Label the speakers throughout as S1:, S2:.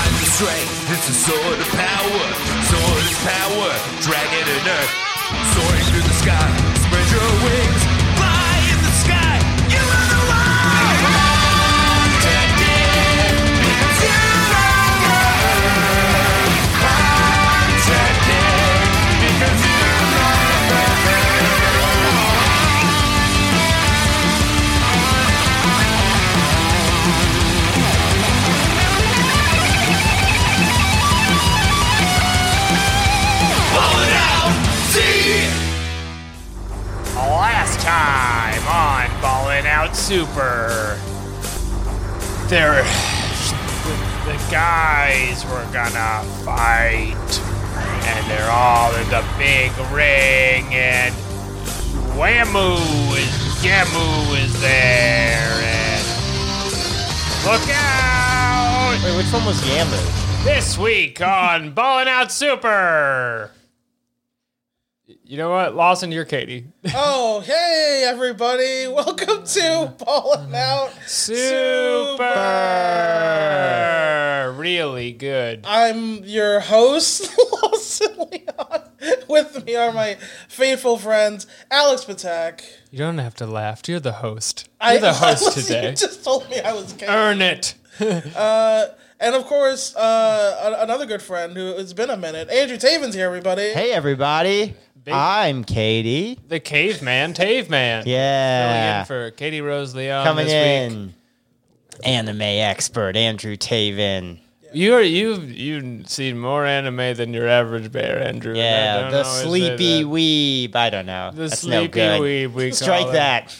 S1: strength. It's a sword of power. Sword is power. Dragon and earth. Soaring through the sky. Spread your wings. Fly in the sky. You are the one. Haunted. It's your lover. Haunted. Because you're pulling out. See?
S2: Last time on Ballin' Out Super, there, the guys were gonna fight, and they're all in the big ring, and Whammoo is Yamu is there, and look out!
S3: Wait, which one was Yamu?
S2: This week on Ballin' Out Super. You know what, Lawson? You're Katie.
S3: Oh, hey everybody! Welcome to Ballin' Out.
S2: Super. Really good.
S3: I'm your host, Lawson Leon. With me are my faithful friends, Alex Patak.
S2: You don't have to laugh. You're the host.
S3: I-
S2: You're the host
S3: Listen,
S2: today.
S3: You just told me I was gay.
S2: Earn it.
S3: and of course, uh, a- another good friend who it's been a minute, Andrew Taven's here, everybody.
S4: Hey everybody, I'm Katie.
S2: The caveman, Taveman. Filling
S4: Yeah,
S2: in for Katie Rose Leon
S4: coming
S2: this week.
S4: in, anime expert Andrew Taven.
S2: You are you've you've seen more anime than your average bear, Andrew. and I
S4: Yeah,
S2: don't
S4: the
S2: always say
S4: sleepy
S2: that.
S4: weeb. I don't know.
S2: uh, The
S4: That's no
S2: sleepy
S4: good.
S2: weeb. We call
S4: Strike
S2: it.
S4: that.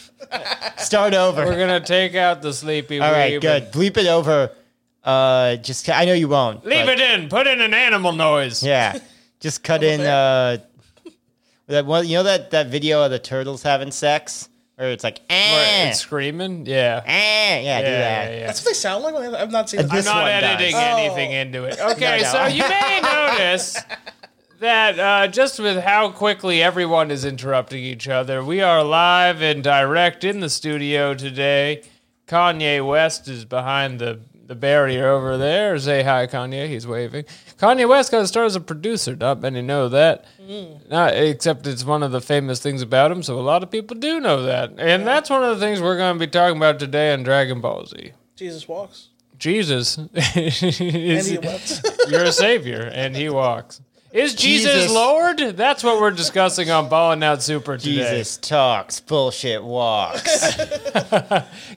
S4: Start over.
S2: We're gonna take out the sleepy.
S4: All right,
S2: weeb
S4: good.
S2: and-
S4: Bleep it over. Uh, just I know you won't.
S2: Leave
S4: but-
S2: it in. Put in an animal noise.
S4: Yeah, just cut in. Uh, that one. You know that that video of the turtles having sex, where it's like,
S2: Where
S4: eh,
S2: it's screaming. Yeah.
S4: eh, yeah, do that.
S2: yeah, yeah.
S3: That's what they sound like. when I- I've not seen.
S4: And
S3: I-
S4: this-
S2: I'm not
S4: one does.
S2: editing
S4: Oh.
S2: anything into it. Okay,
S4: No, no.
S2: so you may notice that uh, just with how quickly everyone is interrupting each other, we are live and direct in the studio today. Kanye West is behind the, the barrier over there. Say hi, Kanye. He's waving. Kanye West got to start as a producer. Not many know that.
S4: Mm.
S2: Not, except it's one of the famous things about him, so a lot of people do know that. And that's one of the things we're going to be talking about today on Dragon Ball Z.
S3: Jesus walks.
S2: Jesus
S3: And
S2: is
S3: he wept.
S2: you're a savior, and he walks. Is Jesus,
S4: Jesus.
S2: Lord? That's what we're discussing on Ballin' Out Super today.
S4: Jesus talks, bullshit walks.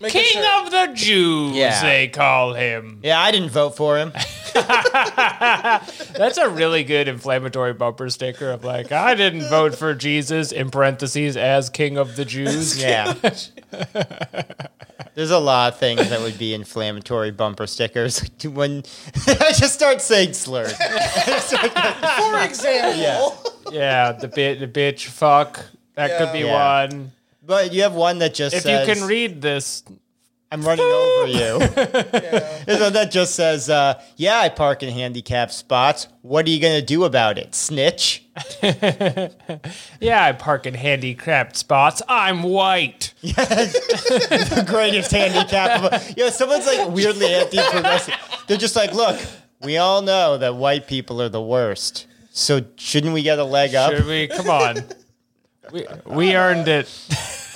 S3: Making
S2: King
S3: sure-
S2: of the Jews,
S4: Yeah.
S2: they call him.
S4: yeah, I didn't vote for him.
S2: That's a really good inflammatory bumper sticker of like, I didn't vote for Jesus in parentheses as King of the Jews.
S4: Yeah. There's a lot of things that would be inflammatory bumper stickers when I just start saying slurs.
S3: For example.
S4: Yeah.
S2: yeah, the bit, the bitch, fuck. That could be
S4: Yeah.
S2: one.
S4: But you have one that just
S2: If
S4: says,
S2: you can read this,
S4: I'm running over you. There's one that just says, uh, yeah, I park in handicapped spots. What are you going to do about it, snitch?
S2: yeah, I park in handicapped spots. I'm white.
S4: the greatest handicap. Of, you know, someone's like weirdly anti-progressive. They're just like, look, we all know that white people are the worst. So shouldn't we get a leg up?
S2: Should we? Come on. We, we earned it.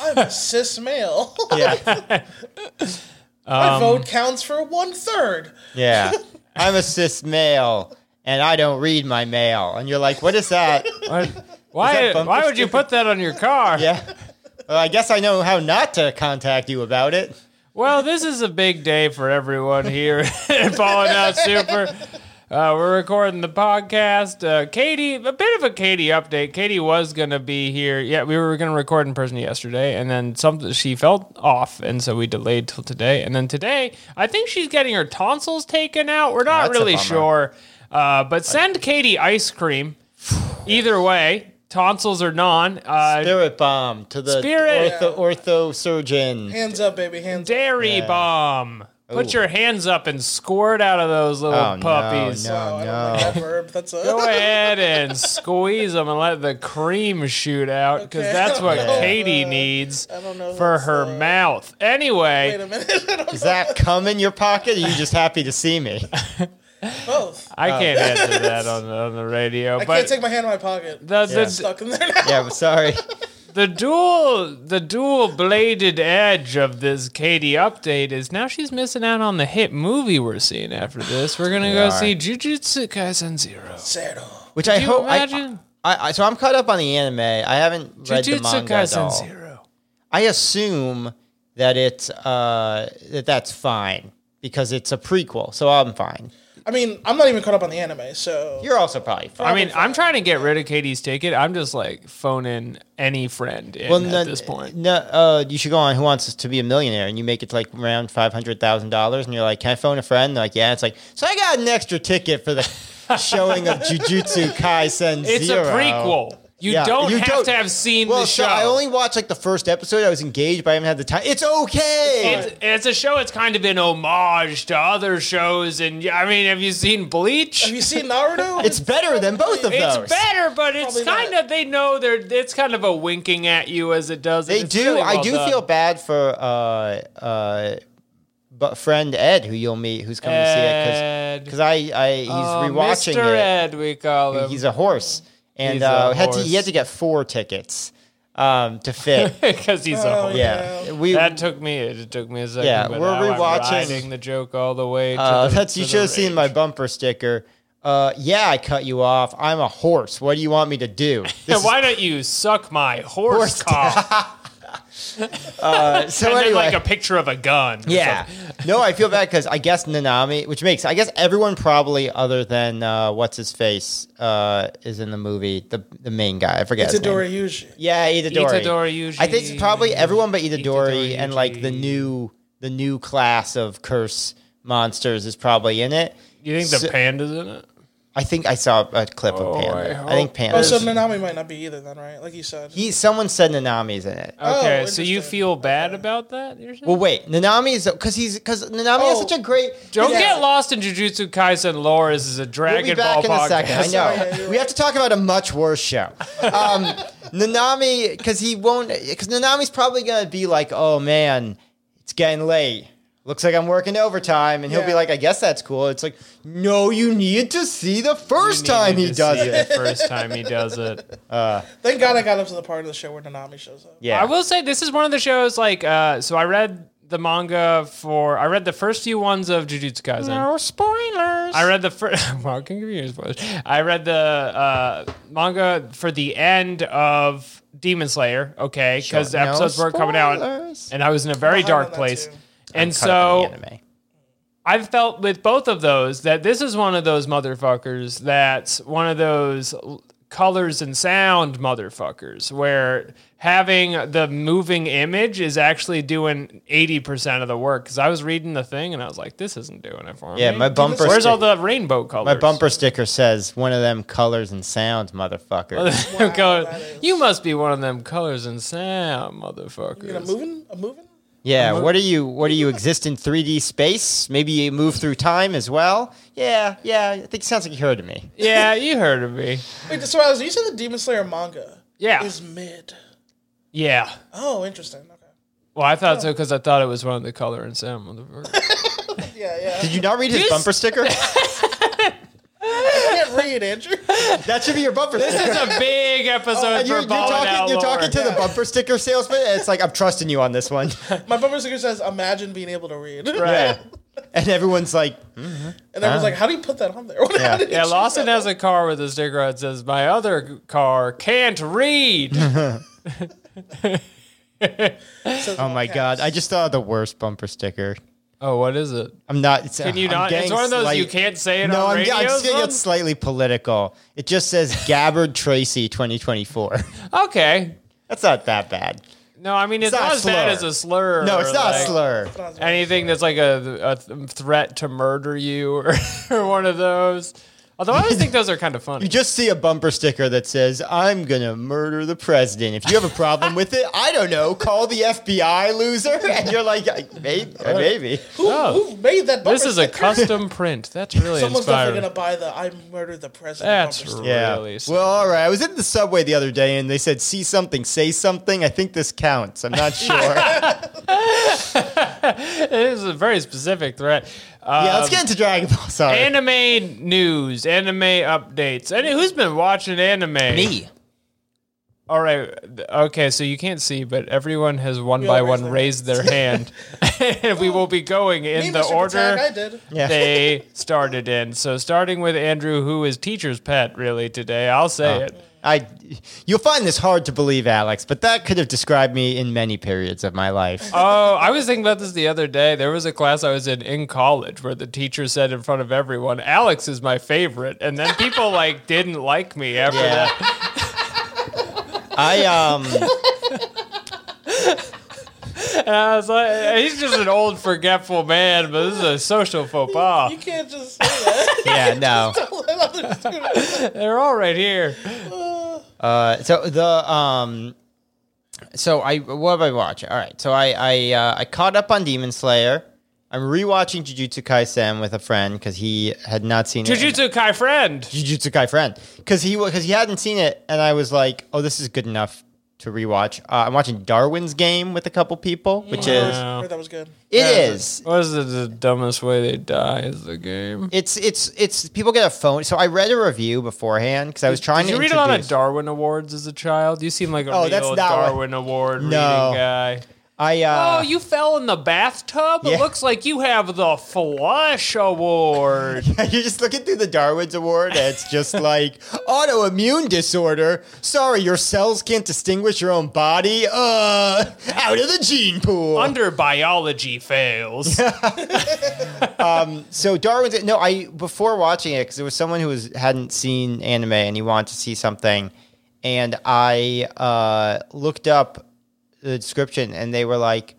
S3: I'm a cis male.
S4: Yeah,
S2: Um,
S3: My vote counts for one third.
S4: yeah. I'm a cis male, and I don't read my mail. And you're like, what is that?
S2: Why,
S4: Is that
S2: why
S4: bumper
S2: would you put that on your car?
S4: Yeah. Well, I guess I know how not to contact you about it.
S2: Well, this is a big day for everyone here at Falling Out Super. Uh, we're recording the podcast. Uh, Katie, a bit of a Katie update. Katie was going to be here. Yeah, we were going to record in person yesterday, and then something she felt off, and so we delayed till today. And then today, I think she's getting her tonsils taken out. We're not
S4: that's a
S2: really
S4: bummer.
S2: sure. Uh, but send Katie ice cream. Either way, tonsils or non. Uh,
S4: Spirit bomb to the
S2: Spirit-
S4: ortho, ortho surgeon.
S3: Hands up, baby. Hands up.
S2: Dairy
S4: Yeah.
S2: bomb. Put
S4: Ooh.
S2: your hands up and squirt out of those little
S4: Oh, no,
S2: puppies.
S4: no.
S3: Wow, I don't like that verb. That's a.
S2: Go ahead and squeeze them and let the cream shoot out because
S3: Okay.
S2: that's what
S4: Yeah.
S2: Katie needs
S3: I don't know if
S2: for
S3: that's,
S2: her
S3: uh,
S2: mouth. Anyway,
S3: Wait a minute. I don't
S4: Does that come in your pocket? Or are you just happy to see me?
S3: Both.
S4: Oh.
S2: I can't answer that on the, on the radio.
S3: I
S2: but
S3: can't take my hand in my pocket.
S2: the,
S4: Yeah.
S2: the,
S3: Stuck in there now.
S4: Yeah, I'm sorry.
S2: the dual the dual bladed edge of this Katie update is now she's missing out on the hit movie we're seeing after this. We're gonna go
S4: are.
S2: see Jujutsu Kaisen Zero.
S3: Zero.
S4: Which I
S2: Can you
S4: hope. I-
S2: imagine?
S4: I, I, so I'm caught up on the anime. I haven't read the
S2: Jujutsu
S4: manga at
S2: Kaisen
S4: all.
S2: Zero.
S4: I assume that it's uh, that that's fine because it's a prequel, so I'm fine.
S3: I mean, I'm not even caught up on the anime, so
S4: You're also probably fine.
S2: I mean, I'm trying to get rid of Katie's ticket. I'm just like phoning any friend in at
S4: no-
S2: this point.
S4: no. Uh, you should go on Who Wants to Be a Millionaire, and you make it to, like around five hundred thousand dollars, and you're like, "Can I phone a friend?" And they're like, yeah. It's like, so I got an extra ticket for the showing of Jujutsu Kaisen
S2: It's
S4: Zero.
S2: a prequel. You
S4: Yeah,
S2: don't
S4: you
S2: have
S4: don't-
S2: to have seen
S4: Well,
S2: the
S4: so
S2: show.
S4: I only watched like the first episode. I was engaged, but I haven't had the time. It's okay.
S2: it's, it's a show. It's kind of an homage to other shows, and I mean, have you seen Bleach?
S3: have you seen Naruto?
S4: It's better than both of
S2: It's
S4: those.
S2: better, but it's
S3: Probably not.
S2: kind of they know they're. It's kind of a winking at you as it does. and
S4: They
S2: it's
S4: do.
S2: really
S4: I
S2: well
S4: do
S2: done.
S4: feel bad for uh uh, but friend Ed who you'll meet who's coming to see it
S2: Ed.
S4: because I I he's
S2: Oh,
S4: rewatching
S2: Mr.
S4: it.
S2: Ed, we call him.
S4: He's a horse, and
S2: He's a
S4: uh, had to
S2: horse.
S4: he had to get four tickets um to fit.
S2: because he's a
S3: Oh,
S2: horse.
S4: yeah,
S3: Yeah.
S4: we.
S2: That took me. It took me a second.
S4: Yeah,
S2: but
S4: we're
S2: now I'm
S4: rewatching-
S2: riding the joke all the way. To
S4: uh,
S2: the-
S4: that's you
S2: to the
S4: should have seen
S2: range.
S4: my bumper sticker. Uh, yeah, I cut you off. I'm a horse. What do you want me to do? This is-
S2: Why don't you suck my horse
S4: Horse
S2: cock?
S4: uh, so
S2: and
S4: anyway,
S2: then like a picture of a gun. or
S4: Yeah.
S2: something.
S4: no, I feel bad because I guess Nanami, which makes I guess everyone probably other than uh, what's his face uh, is in the movie. The the main guy, I forget.
S3: It's
S4: his
S3: a
S4: name.
S3: Dora Yuji.
S4: Yeah, Itadori.
S2: Itadori
S4: I think it's
S2: Yuji.
S4: probably everyone but Itadori,
S2: Itadori
S4: and like the
S2: Yuji.
S4: new the new class of curse monsters is probably in it.
S2: You think the
S4: So-
S2: panda's in it?
S4: I think I saw a clip
S2: Oh,
S4: of
S2: I
S4: Panda.
S2: hope-
S4: I, think Panda.
S3: Oh, so Nanami might not be either then, right? Like you said.
S4: he someone said Nanami's in it.
S3: Oh,
S2: Okay, so you
S3: interesting.
S2: feel bad about that? You're saying?
S4: Well, wait, Nanami is because he's because Nanami has
S3: Oh.
S4: such a great.
S2: Don't
S3: Yeah.
S2: get lost in Jujutsu Kaisen lore. This is a Dragon
S4: We'll be back
S2: Ball
S4: in a
S2: podcast.
S4: second. I know.
S3: Sorry, you're
S4: we have to talk about a much worse show. Um, Nanami, because he won't, because Nanami's probably going to be like, oh man, it's getting late. Looks like I'm working overtime. And he'll be
S3: Yeah.
S4: like, I guess that's cool. It's like, no, you need to see the first
S2: You
S4: time
S2: needed to
S4: he does
S2: see
S4: it.
S2: The first time he does it.
S3: Thank God I got up to the part of the show where Nanami shows up.
S4: Yeah.
S2: I will say this is one of the shows. Like, uh, so I read the manga for. I read the first few ones of Jujutsu Kaisen.
S4: spoilers.
S2: I read the first. well, I can give you a spoiler. I read the uh, manga for the end of Demon Slayer. Okay, because
S4: Sure. No
S2: episodes weren't coming out,
S4: spoilers.
S2: and I was in a very
S3: Behind on
S2: dark
S3: that
S2: place.
S3: too.
S2: And
S4: Cut up
S2: so
S4: in the anime.
S2: I've felt with both of those that this is one of those motherfuckers that's one of those l- colors and sound motherfuckers where having the moving image is actually doing 80% of the work. Cause I was reading the thing and I was like, this isn't doing it for me.
S4: Yeah, my bumper.
S2: Where's
S4: sticker-
S2: all the rainbow colors?
S4: my bumper sticker says one of them colors and sounds, motherfucker.
S2: Go,
S3: that is-
S2: you must be one of them colors and sound
S3: You know,
S2: motherfuckers.
S3: moving? A moving?
S4: Yeah, what are you? What do you exist in 3D space? Maybe you move through time as well. Yeah, yeah. I think it sounds like you heard of me.
S2: yeah, you heard of me.
S3: Wait, so I was, you said the Demon Slayer manga
S2: Yeah.
S3: is mid.
S2: Yeah.
S3: Oh, interesting. Okay.
S2: Well, I thought so because I thought it was one of the color and sound motherfuckers.
S3: Yeah, yeah.
S4: Did you not read his
S2: This-
S4: bumper sticker?
S3: I can't read, Andrew.
S4: that should be your bumper sticker.
S2: It's a big episode
S4: Oh, And
S2: for
S4: you're, you're
S2: Ballin'
S4: talking,
S2: Out
S4: you're
S2: Lower.
S4: talking to the bumper sticker salesman. And it's like I'm trusting you on this one,
S3: My bumper sticker says, imagine being able to read.
S2: Right.
S4: and everyone's like,
S3: And I was like, how do you put that on there? How
S4: Ah. Yeah.
S3: did you
S2: Yeah,
S3: choose
S2: Lawson
S3: that?
S2: has a car with a sticker that says, My other car can't read.
S3: Says
S4: "Oh my
S3: all
S4: god,
S3: caps.
S4: I just thought of the worst bumper sticker."
S2: oh, what is it?
S4: I'm not. It's,
S2: Can you
S4: I'm
S2: not?
S4: getting
S2: It's one of those you
S4: slight-
S2: can't say it
S4: No,
S2: on
S4: I'm,
S2: radio.
S4: I'm just gonna
S2: son?
S4: get slightly political. It just says Gabbard Tracy 2024.
S2: okay.
S4: That's not that bad.
S2: No, I mean, it's,
S4: not
S2: not,
S4: a
S2: as bad
S4: slur.
S2: as a slur.
S4: No, it's
S2: or,
S4: not a
S2: like,
S4: slur.
S2: Anything that's like a, a th- threat to murder you or, or one of those. Although I always think those are kind of funny.
S4: You just see a bumper sticker that says, I'm going to murder the president. If you have a problem with it, I don't know, call the FBI loser. And you're like, maybe. maybe.
S3: Who,
S2: Oh.
S3: who made that bumper
S2: this is a
S3: sticker?
S2: custom print. That's really
S3: Someone's definitely
S2: inspiring.
S3: going to buy the I murdered the president
S2: That's
S3: bumper sticker.
S4: Yeah.
S2: Really sad.
S4: well, all right. I was in the subway the other day and they said, see something, say something. I think this counts. I'm not sure.
S2: it is a very specific threat. Uh,
S4: yeah, let's get into Dragon Ball. Sorry.
S2: Anime news, anime updates. Any who's been watching anime?
S4: me.
S2: All right. th- Okay, so you can't see, but everyone has one by
S3: all raised
S2: one
S3: their
S2: raised their hand. and we will be going in
S3: Me,
S2: the
S3: Mr.
S2: order
S3: Patak, I did.
S4: Yeah.
S2: they started in. So starting with Andrew, who is teacher's pet really today. I'll say
S4: Uh.
S2: it.
S4: I, you'll find this hard to believe, Alex, but that could have described me in many periods of my life.
S2: Oh, I was thinking about this the other day. There was a class I was in in college where the teacher said in front of everyone, "Alex is my favorite," and then people like didn't like me after
S4: Yeah.
S2: that.
S4: I um,
S2: And I was like, "He's just an old forgetful man," but this is a social faux pas.
S3: You can't just say that.
S4: yeah, no.
S3: Let other students-
S2: They're all right here.
S4: Uh, so the um, so I what did I watch? All right, so I I uh, I caught up on Demon Slayer. I'm rewatching Jujutsu Kaisen with a friend because he had not seen it.
S2: Jujutsu Kai friend.
S4: Jujutsu Kaisen because he because he hadn't seen it, and I was like, oh, this is good enough to rewatch. Uh, I'm watching Darwin's Game with a couple people, which is
S2: Wow.
S3: Heard that was good.
S4: it is
S2: What is it, the dumbest way they die is the game.
S4: It's it's it's people get a phone. So I read a review beforehand because I was trying
S2: Did you
S4: to
S2: read a
S4: introduce.
S2: lot of Darwin Awards as a child? You seem like a
S4: Oh,
S2: real
S4: that's not what-
S2: Darwin Award reading
S4: No.
S2: guy.
S4: I uh,
S2: Oh, you fell in the bathtub?
S4: Yeah.
S2: It looks like you have the Flush Award.
S4: you're just looking through the Darwin's Award. And it's just like autoimmune disorder. Sorry, your cells can't distinguish your own body. Uh, out of the gene pool.
S2: Under biology fails.
S4: so Darwin's no, I before watching it because there was someone who was hadn't seen anime and he wanted to see something, and I uh, looked up the description and they were like,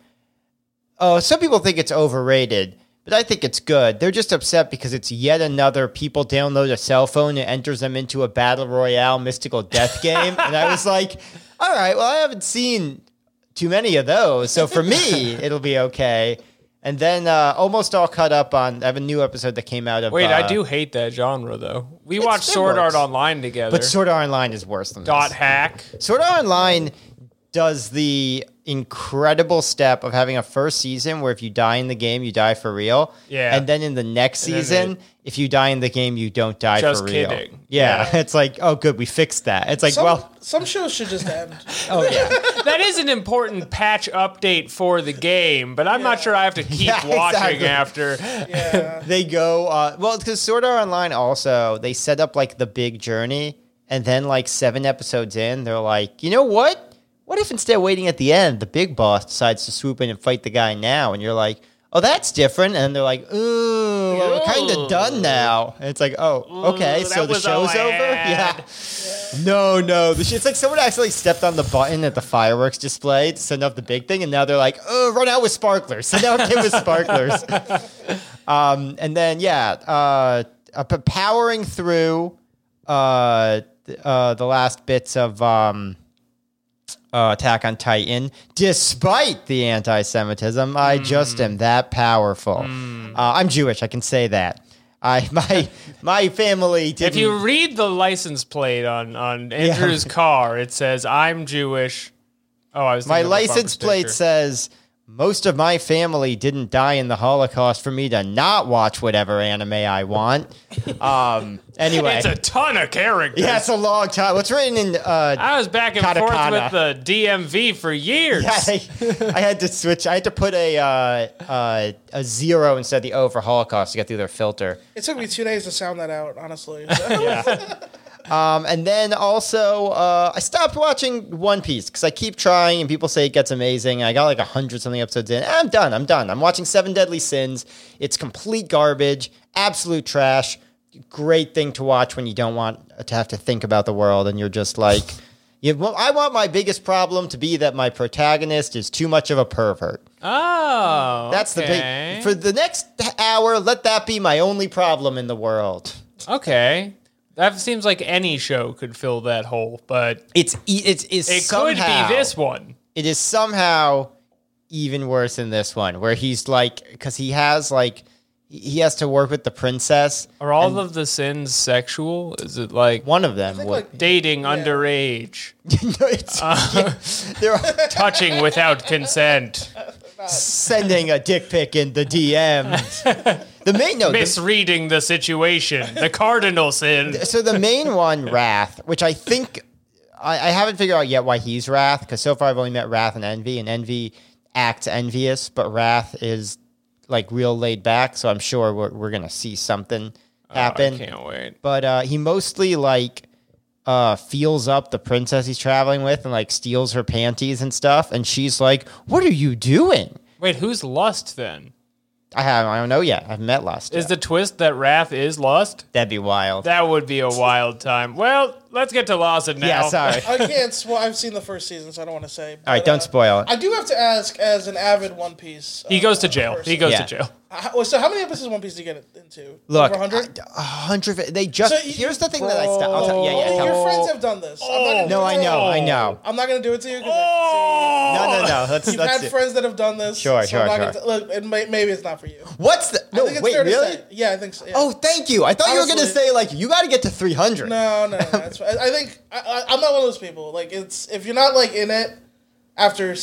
S4: "Oh, some people think it's overrated." But I think it's good. They're just upset because it's yet another people download a cell phone and enters them into a battle royale mystical death game. and I was like, all right, well, I haven't seen too many of those. So for me, it'll be okay. And then uh, almost all caught up on. I have a new episode that came out of.
S2: Wait, I
S4: uh,
S2: do hate that genre, though. We
S4: It's-
S2: watched
S4: it
S2: Sword
S4: works.
S2: Art Online together.
S4: But Sword Art Online is worse than
S2: Dot
S4: this.
S2: hack.
S4: Sword Art Online does the incredible step of having a first season where if you die in the game, you die for real.
S2: Yeah.
S4: And then in the next
S2: then
S4: season, if you die in the game, you don't die
S2: Just
S4: for real.
S2: kidding.
S4: Yeah, It's like, oh, good, we fixed that. It's like,
S3: Some,
S4: well,
S3: some shows should just end.
S4: oh yeah.
S2: That is an important patch update for the game, but I'm not sure I have to keep
S4: Yeah,
S2: watching
S4: exactly.
S2: after.
S3: Yeah.
S4: they go uh, well because Sword Art Online also they set up like the big journey, and then like seven episodes in, they're like, you know what? What if instead of waiting at the end, the big boss decides to swoop in and fight the guy now, and you're like, oh, that's different, and they're like, ooh, well, we're kind
S2: Ooh.
S4: of done now, and it's like, oh, okay,
S2: Ooh,
S4: so
S2: that
S4: the
S2: was all
S4: show's
S2: I
S4: over,
S2: had.
S4: yeah. No, no. The sh- It's like someone accidentally stepped on the button at the fireworks display to send off the big thing, and now they're like, "Oh, run out with sparklers! Send out him with sparklers." Um, and then yeah, uh, uh, p- powering through uh, th- uh, the last bits of um, uh, Attack on Titan, despite the anti-Semitism, I
S2: Hmm.
S4: just am that powerful. Uh, I'm Jewish. I can say that. I my my family didn't.
S2: If you read the license plate on on Andrew's car, it says "I'm Jewish." Oh, I was
S4: My
S2: thinking of a bumper
S4: license plate
S2: sticker.
S4: says most of my family didn't die in the Holocaust for me to not watch whatever anime I want. Um, anyway,
S2: It's a ton of characters.
S4: yeah, it's a long time. What's written in? Uh,
S2: I was back and
S4: Katakana.
S2: forth with the DMV for years.
S4: I, I had to switch. I had to put a uh, uh, a zero instead of the O for Holocaust to get through their filter.
S3: It took me two days to sound that out, honestly.
S4: Um, and then also, uh, I stopped watching One Piece because I keep trying, and people say it gets amazing. I got like a hundred something episodes in. I'm done. I'm done. I'm watching Seven Deadly Sins. It's complete garbage, absolute trash. Great thing to watch when you don't want to have to think about the world, and you're just like, you, well, I want my biggest problem to be that my protagonist is too much of a pervert.
S2: Oh,
S4: That's
S2: okay.
S4: the big for the next hour. Let that be my only problem in the world.
S2: okay. That seems like any show could fill that hole, but
S4: It's e- it's it's
S2: it
S4: somehow-
S2: could be this one.
S4: it is somehow even worse in this one where he's like because he has like he has to work with the princess
S2: Are all of the sins sexual? Is it like
S4: one of them would
S3: like,
S2: dating underage, Uh.
S4: No, it's- yeah, there are-
S2: touching without consent?
S4: sending a dick pic in the DMs. the main no, the,
S2: Misreading the situation, the cardinal sin.
S4: so the main one, Wrath, which I think I, I haven't figured out yet why he's Wrath, because so far I've only met Wrath and Envy, and Envy acts envious, but Wrath is like real laid back, so I'm sure we're, we're gonna see something happen.
S2: Oh, I can't wait.
S4: but uh, he mostly like uh, feels up the princess he's traveling with and like steals her panties and stuff, and she's like, "What are you doing?"
S2: Wait, who's Lust then?
S4: I have I don't know yet. I've met Lust.
S2: Is
S4: yet.
S2: the twist that Wrath is Lust?
S4: That'd be wild.
S2: That would be a wild time. Well, let's get to Lawson now.
S4: yeah, sorry.
S3: I can't. Sw- I've seen the first season, so I don't want to say. uh,
S4: All right, don't spoil it.
S3: I do have to ask, as an avid One Piece.
S2: He
S3: uh,
S2: goes to jail. He
S3: person.
S2: goes
S4: Yeah.
S2: to jail.
S3: Uh, well, so how many episodes of One Piece do you get into?
S4: Look,
S3: Over 100?
S4: a hundred. They just.
S3: So you-
S4: here's the thing that I. St- I'll tell, yeah, yeah.
S3: Only
S4: tell-
S3: Oh, your friends have done this. I'm not gonna
S4: no,
S3: do
S4: I
S3: it.
S4: know, I know.
S3: I'm not going to do it to you. 'cause
S2: Oh!
S4: No, no, no. Let's.
S3: You've
S4: let's
S3: had
S4: do-
S3: friends that have done this.
S4: Sure,
S3: I'm
S4: sure,
S3: not gonna
S4: sure.
S3: t- look, it may, maybe it's not for you.
S4: What's the?
S3: I
S4: No,
S3: think it's
S4: wait,
S3: fair to
S4: really?
S3: say- Yeah, I think so. yeah.
S4: Oh, thank you. I thought you were gonna
S3: Honestly.
S4: say like you got to get to three hundred.
S3: No, no, no. That's, I I think I, I, I'm not one of those people. Like, it's if you're not like in it after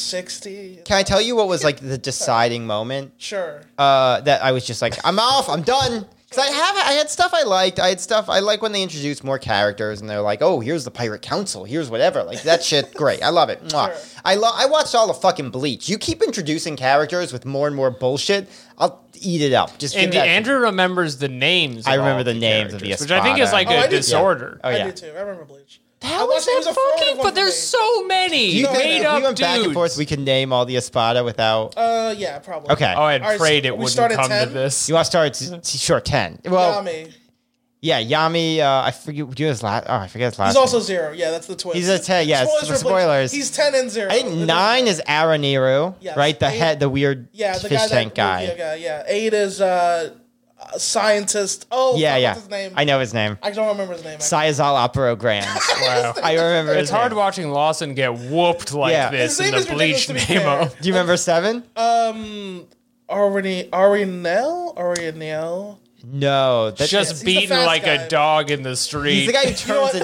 S3: sixty,
S4: Can I tell you what was like the deciding moment?
S3: sure.
S4: uh, that I was just like, I'm off, I'm done. Because I have, I had stuff I liked. I had stuff I like when they introduce more characters, and they're like, "Oh, here's the Pirate Council. Here's whatever." Like that shit, great. I love it. Mwah.
S3: Sure.
S4: I love. I watched all the fucking Bleach. You keep introducing characters with more and more bullshit. I'll eat it up. Just give
S2: And
S4: that-
S2: Andrew remembers the names. of
S4: I remember
S2: all
S4: the names of the
S2: characters, which I think is
S4: Espada.
S2: like
S3: I
S4: Oh,
S2: a
S3: did- yeah.
S2: disorder.
S4: Oh
S3: I
S4: yeah.
S3: do too. I remember Bleach. I
S4: How
S3: watched-
S4: is that
S3: it was a formative
S2: fucking?
S3: one
S2: But
S3: for
S2: there's
S3: me.
S2: so many
S4: Do you
S3: No,
S4: think
S2: made
S4: if
S2: up
S4: we went
S2: dudes.
S4: back and forth, we could name all the Espada without?
S3: Uh, yeah, probably.
S4: Okay.
S2: oh, I had
S3: All right,
S2: prayed
S3: so
S2: it
S3: we
S2: wouldn't
S3: start at
S2: come to
S3: 10?
S2: this.
S4: you want to start? at s- s- Sure, ten. Well,
S3: Yami.
S4: yeah, Yami. Uh, I forget. Do his last? Oh, I forget his last.
S3: He's
S4: name.
S3: also zero. Yeah, that's the twist.
S4: He's a 10, yeah, it's the
S3: for Bleach.
S4: spoilers.
S3: He's ten and zero.
S4: I think nine is Araniru,
S3: Yes.
S4: right? The
S3: Eight-
S4: head, the weird
S3: Yeah, the
S4: fish
S3: guy
S4: tank
S3: that,
S4: guy.
S3: Yeah, guy. Yeah, eight is uh, a scientist. Oh,
S4: Yeah,
S3: what's
S4: yeah.
S3: His name.
S4: I know his name.
S3: I don't remember his name. actually.
S4: Sayazal Operograms.
S2: Wow.
S4: I remember.
S2: It's
S4: his name.
S2: hard watching Lawson get whooped like
S4: Yeah.
S2: this
S3: His name
S2: in the
S3: is
S2: bleach
S3: ridiculous to be
S2: memo.
S3: fair.
S4: Do you remember seven?
S3: Uh, Ari Arinel Arinel.
S4: no, that,
S2: Just
S3: the
S2: beaten
S3: fast
S2: like
S3: guy.
S2: a dog in the street.
S4: he's the guy who turns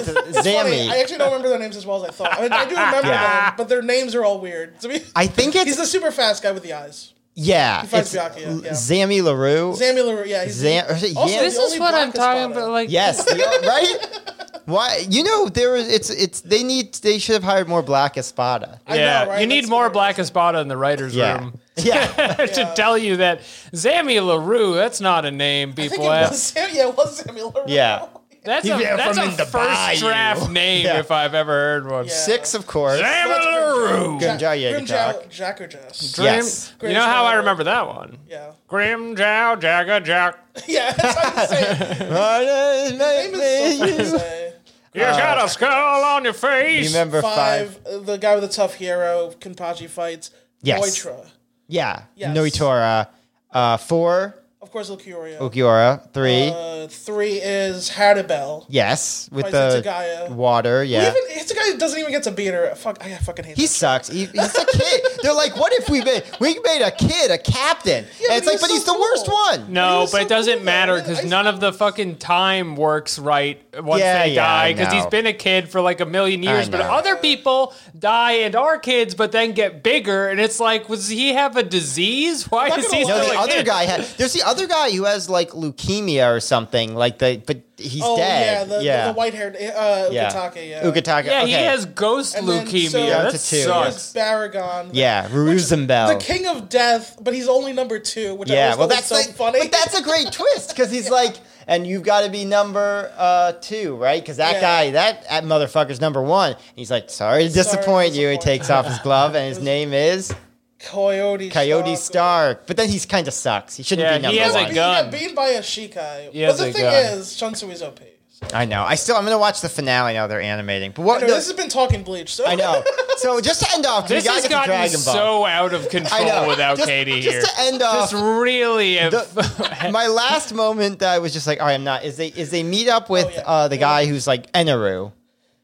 S3: You know
S4: into
S3: what? It's funny. I
S4: Zami.
S3: actually don't remember their names as well as I thought. I, mean, I do remember
S4: Yeah.
S3: them, but their names are all weird. To me,
S4: I think
S3: he's
S4: it's
S3: the super fast guy with the eyes.
S4: yeah,
S3: He fights
S4: it's
S3: Byakuya. Yeah.
S4: Zami Larue.
S3: Zami LaRue, yeah. He's
S4: Zam-
S3: also
S4: yeah.
S3: the
S2: this
S4: This
S2: is
S3: only
S2: what
S3: black
S2: I'm talking
S3: Espada.
S2: about. Like,
S4: Yes, the- right. Why you know there is it's it's they need they should have hired more Black Espada.
S3: know,
S2: yeah,
S3: right?
S2: you need
S3: That's
S2: more
S3: weird.
S2: Black Espada in the writers'
S4: Yeah,
S2: room
S4: yeah.
S2: to tell you that Zami Larue. That's not a name
S3: I think
S2: people
S3: it
S2: have.
S3: was Sam, yeah, it was Zami LaRue.
S4: Yeah.
S2: That's
S4: You
S2: a,
S4: get
S2: that's
S4: from
S2: a
S4: in the
S2: first
S4: bayou.
S2: draft name
S4: Yeah.
S2: if I've ever heard one.
S3: Yeah.
S4: Six of course.
S2: Zami LaRue.
S4: Good. Grimjow
S3: Grim
S4: Jaegerjack.
S3: Jow- Jacker Jass.
S2: Grim-
S4: Yes.
S2: You know how I
S3: Grimjow.
S2: remember that one?
S3: Yeah.
S2: Grim Jow Jagger Jack.
S3: Yeah, that's what I'm saying. His name is so
S4: Name
S3: tough to say.
S2: You got a skull on your
S4: You
S2: face.
S4: remember five?
S3: Five, uh, the guy with the tough hero, Kenpachi fights.
S4: Yes.
S3: Moitra.
S4: Yeah.
S3: Yes.
S4: Noitora. Uh, four,
S3: Of course, Lucuria.
S4: Okiora. Three,
S3: Uh, three is Hadabel.
S4: yes, with
S3: Bryce
S4: the
S3: Hitagaya.
S4: water. Yeah.
S3: Even, it's a guy who doesn't even get to beat her. Fuck, I fucking hate
S4: he
S3: this
S4: sucks. He, he's a kid. They're like, what if we made we made a kid a captain?
S3: but
S4: and it's like,
S3: he's
S4: but
S3: so
S4: he's the worst
S3: cool.
S4: one.
S2: No,
S3: He
S2: but
S3: was
S2: it
S3: so
S2: doesn't
S3: cool,
S2: matter
S3: man.
S2: because
S3: I-
S2: none of the fucking time works right once
S4: Yeah,
S2: they
S4: yeah, I
S2: die because he's
S4: know.
S2: been a kid for like a million years. But
S4: know.
S2: other people die and are kids, but then get bigger, and it's like, was he have a disease? Why
S3: not
S2: is
S3: gonna
S2: he
S3: lie.
S4: No,
S2: still
S4: the
S2: a
S4: other
S2: kid?
S4: guy had. There's the other guy who has like leukemia or something. Like the, but he's
S3: Oh yeah,
S4: dead.
S3: the, the, the white haired uh,
S4: yeah.
S3: Ukitake. Yeah,
S4: Ukitake,
S2: Yeah,
S4: okay.
S2: he has ghost
S3: And then,
S2: leukemia.
S3: so- Down
S2: that
S4: to two, yeah.
S2: sucks.
S3: Baragon.
S4: Yeah,
S3: The
S4: Ruzenbell.
S3: king of death, but he's only number two, which I
S4: Yeah,
S3: always
S4: well,
S3: thought
S4: that's
S3: was so
S4: like-
S3: funny.
S4: But that's a great twist because he's like, and you've got to be number uh, two, right? Because that
S3: Yeah.
S4: guy, that, that motherfucker's number one. And he's like, sorry to disappoint you. He
S3: disappoint.
S4: takes off his glove, and his name is
S3: Coyote.
S4: Coyote
S3: Stark.
S4: Stark. But then he's kind of sucks. He shouldn't
S2: Yeah,
S4: be number
S2: he has
S4: one.
S2: a
S3: He
S2: gun.
S3: got beaten by a Shikai.
S2: He
S3: But
S2: has
S3: the
S2: a
S3: thing
S2: gun.
S3: is, Shunsui's OP. So.
S4: I know. I still, I'm gonna watch the finale now. They're animating, but what?
S3: Anyway,
S4: no,
S3: this has been talking bleach. So
S4: I know. So just to end off, 'cause
S2: This
S4: we
S2: has
S4: gotta get to
S2: gotten
S4: Dragon Ball.
S2: so out of
S4: I know.
S2: control without
S4: just,
S2: Katie
S4: just
S2: here.
S4: to end off,
S2: Just really, a-
S4: the, my last moment that I was just like, all right, I'm not. Is they is they meet up with
S3: Oh, yeah.
S4: uh, the guy who's like Eneru.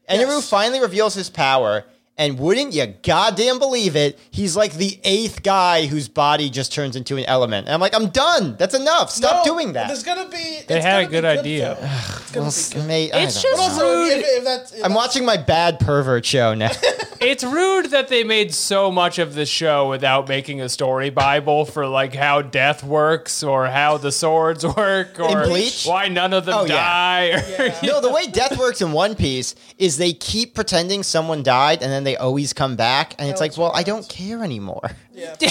S4: Eneru
S3: Yes.
S4: finally reveals his power, and wouldn't you goddamn believe it? He's like the eighth guy whose body just turns into an element. And I'm like, I'm done. That's enough. Stop
S3: No,
S4: doing that.
S3: There's gonna be.
S2: They
S3: it's
S2: had a
S3: gonna be
S2: good idea.
S3: though. It's gonna
S4: Well,
S3: be
S4: s-
S3: good.
S4: mate, I
S2: It's
S4: don't
S2: just-
S4: know.
S3: Also, if, if that's,
S4: I'm watching my bad pervert show now.
S2: it's rude that they made so much of the show without making a story bible for like how death works or how the swords work or
S4: Bleach?
S2: why none of them
S4: Oh, yeah.
S2: die. or-
S4: No, the way death works in One Piece is they keep pretending someone died and then they always come back, and it's like,
S3: that's
S4: well, I don't care anymore.
S3: Yeah, fucking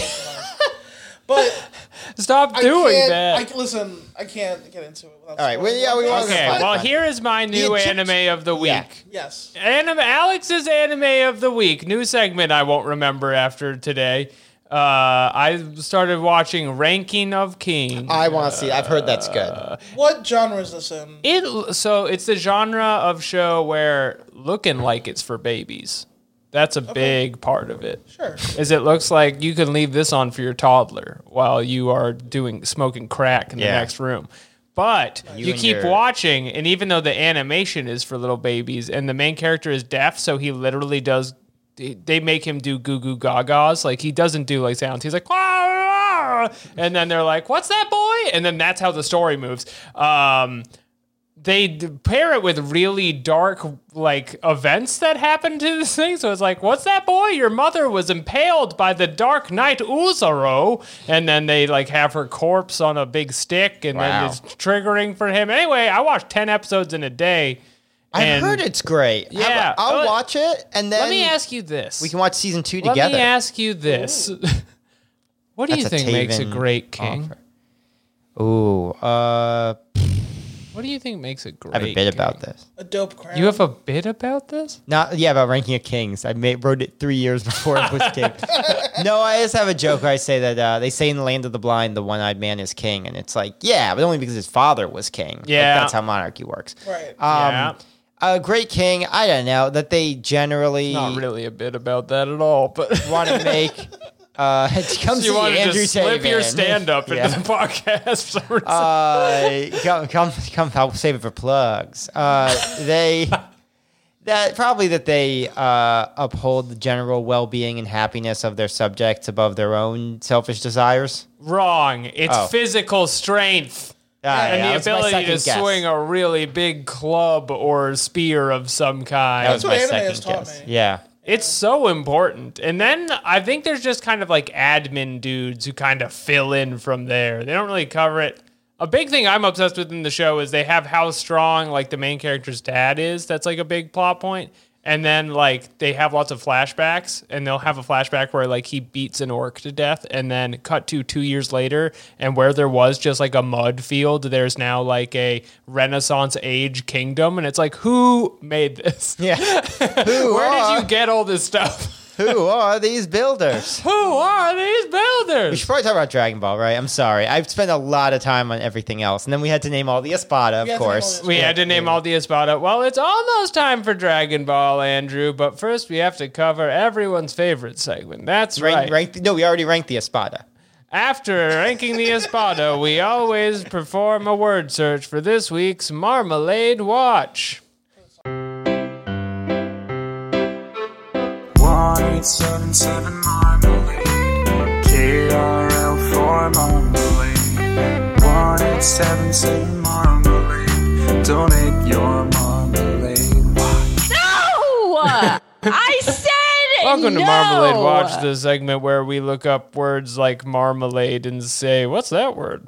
S3: but
S2: Stop
S3: I
S2: doing
S3: can't,
S2: that.
S3: I, listen, I can't get into it. Without
S4: All right, well,
S3: spoiling.
S4: yeah, we
S3: Yes.
S4: wanna
S2: okay,
S4: Fine,
S2: well,
S4: fine.
S2: here is my new
S4: Egypt-
S2: anime of the week.
S4: Yeah.
S3: Yes.
S2: Anime, Alex's anime of the week. New segment I won't remember after today. Uh, I started watching Ranking of Kings.
S4: I want to see. I've heard that's good.
S3: What genre is this in?
S2: It so it's the genre of show where looking like it's for babies. That's a big part of it.
S3: Sure.
S2: Is it looks like you can leave this on for your toddler while you are doing smoking crack in the
S4: Yeah.
S2: next room. But you,
S4: and
S2: keep
S4: your-
S2: watching, and even though the animation is for little babies, and the main character is deaf, so he literally does. they- They make him do goo goo gagas. Like he doesn't do like sounds. He's like, "Ah, ah," and then they're like, "What's that boy?" And then that's how the story moves. Um, they d- pair it with really dark like events that happen to this thing. So it's like, what's that boy? Your mother was impaled by the Dark Knight Uzuro, and then they like have her corpse on a big stick, and
S4: Wow.
S2: then it's triggering for him. Anyway, I watched ten episodes in a day.
S4: I've
S2: and
S4: heard it's great. I-
S2: Yeah.
S4: I'll
S2: Oh,
S4: watch it, and then
S2: Let me ask you this.
S4: we can watch season two
S2: let
S4: together.
S2: me ask you this. what do you
S4: That's a
S2: think makes a
S4: Taven
S2: great king?
S4: Ooh, uh,
S2: What do you think makes a great?
S4: I have a bit
S2: king?
S4: about this.
S3: A dope crown.
S2: You have a bit about this?
S4: Not yeah about ranking of kings. I made, wrote it three years before it was king. no, I just have a joke where I say that uh, they say in the land of the blind, the one-eyed man is king, and it's like yeah, but only because his father was king. Like,
S2: Yeah.
S4: that's how monarchy works.
S3: Right.
S4: Um,
S2: Yeah.
S4: A great king. I don't know that they generally
S2: Not really a bit about that at all, but
S4: want to make. Uh, to come
S2: you
S4: see
S2: want to
S4: Andrew
S2: just slip your
S4: Taven.
S2: stand up
S4: Yeah.
S2: into the podcast. for some reason.
S4: uh, come, come, come! I'll save it for plugs. Uh, they that probably that they uh, uphold the general well-being and happiness of their subjects above their own selfish desires.
S2: Wrong. It's
S4: Oh.
S2: physical strength
S4: Ah,
S2: and
S4: yeah, that
S2: the
S4: was my
S2: ability to
S4: second guess.
S2: swing a really big club or spear of some
S4: That
S2: kind.
S4: was
S3: what
S4: my
S3: anime
S4: second
S3: has taught
S4: guess.
S3: me.
S4: Yeah.
S2: It's so important. And then I think there's just kind of like admin dudes who kind of fill in from there. They don't really cover it. A big thing I'm obsessed with in the show is they have how strong like the main character's dad is. That's like a big plot point. And then like they have lots of flashbacks and they'll have a flashback where like he beats an orc to death and then cut to 2 years later and where there was just like a mud field there's now like a renaissance age kingdom and it's like who made this?
S4: Yeah. who
S2: Where
S4: are
S2: did you get all this stuff?
S4: who are these builders?
S2: Who are these
S4: We should
S2: builders?
S4: probably talk about Dragon Ball, right? I'm sorry. I've spent a lot of time on everything else, and then we had to name all the Espada,
S3: We had to
S4: of
S3: name all
S4: course.
S3: the
S2: We had to name all the Espada. Well, it's almost time for Dragon Ball, Andrew, but first we have to cover everyone's favorite segment. That's
S4: Rank,
S2: right.
S4: rank- no, we already ranked the Espada.
S2: After ranking the Espada, we always perform a word search for this week's Marmalade Watch.
S5: One eight seven seven Marmalade. KRL for Marmalade. One eight seven seven Marmalade. Donate your Marmalade. Watch.
S6: No! I said
S2: Welcome
S6: no!
S2: to Marmalade Watch, the segment where we look up words like marmalade and say, "What's that word?"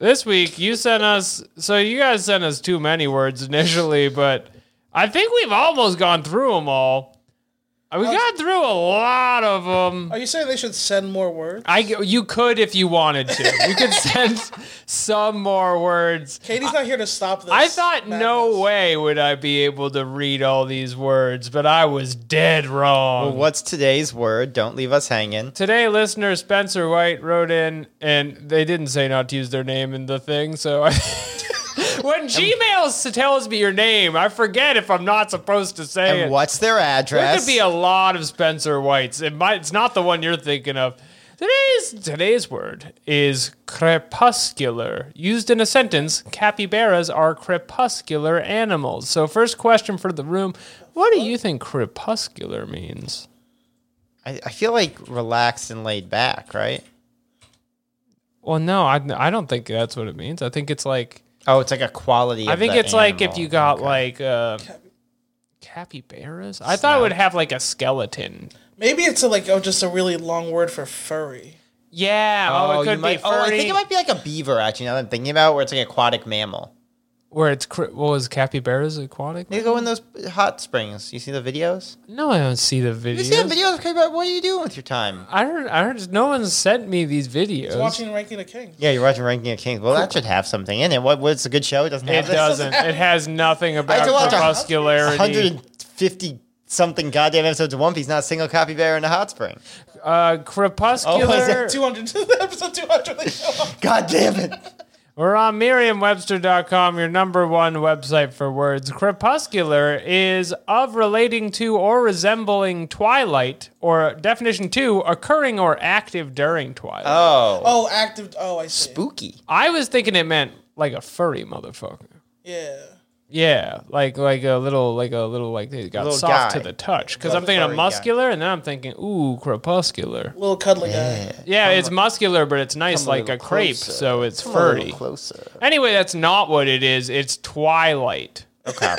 S2: This week, you sent us. So you guys sent us too many words initially, but I think we've almost gone through them all. We got through a lot of them.
S3: Are you saying they should send more words?
S2: I you could if you wanted to. You could send some more words.
S3: Katie's not here to stop this.
S2: I thought no
S3: madness.
S2: way would I be able to read all these words, but I was dead wrong.
S4: What's today's word? Don't leave us hanging.
S2: Today, listener Spencer White wrote in, and they didn't say not to use their name in the thing. So I, when Gmail s- tells me your name, I forget if I'm not supposed to say
S4: And
S2: it.
S4: what's their
S2: There
S4: address?
S2: could be a lot of Spencer Whites. It might, it's not the one you're thinking of. Today's today's word is crepuscular. Used in a sentence, capybaras are crepuscular animals. So, first question for the room: What do you think crepuscular means?
S4: I, I feel like relaxed and laid back, right?
S2: Well, no, I, I don't think that's what it means. I think it's like
S4: Oh, it's like a quality.
S2: I
S4: of
S2: think
S4: the
S2: it's like if
S4: animal.
S2: you got
S4: Okay.
S2: like uh, capybaras? I thought it would have like a skeleton.
S3: Maybe it's a, like oh, just a really long word for furry.
S2: Yeah. Oh, it
S4: you
S2: could be
S4: might-
S2: furry.
S4: oh, I think it might be like a beaver. Actually, now that I'm thinking about, it, where it's like an aquatic mammal.
S2: Where it's cr- what was capybaras aquatic?
S4: They go in those hot springs. You see the videos?
S2: No, I don't see the videos.
S4: You see the videos? Okay, but what are you doing with your time?
S2: I heard. I heard. No one sent me these videos.
S3: It's watching Ranking of Kings.
S4: Yeah, you're watching Ranking of Kings. Well, that should have something in it. What? What's a good show? It doesn't.
S2: It
S4: Have this?
S2: doesn't. It has nothing about
S4: had to watch a-
S2: crepuscularity.
S4: 150 something goddamn episodes of One Piece, not a single copy bear in a hot spring.
S2: Uh,
S4: Oh, is
S2: crepuscular.
S4: that
S3: Two hundred episode two hundred. They show up.
S4: God damn it.
S2: We're on merriam-webster.com, your number one website for words. Crepuscular is of relating to or resembling twilight, or definition two, occurring or active during twilight.
S4: Oh.
S3: Oh, active. Oh, I see.
S4: Spooky.
S2: I was thinking it meant like a furry motherfucker.
S3: Yeah.
S2: Yeah, like like a little like a little like they got
S4: Little
S2: soft
S4: guy.
S2: to the touch. Because
S4: Little
S2: I'm thinking of
S4: furry guy.
S2: muscular, and then I'm thinking ooh crepuscular.
S3: Little cuddly guy.
S2: Yeah, it's muscular, but it's nice
S4: come a
S2: like a
S4: little
S2: crepe,
S4: closer.
S2: so it's
S4: Come a little
S2: furry.
S4: Closer.
S2: Anyway, that's not what it is. It's twilight.
S4: Okay.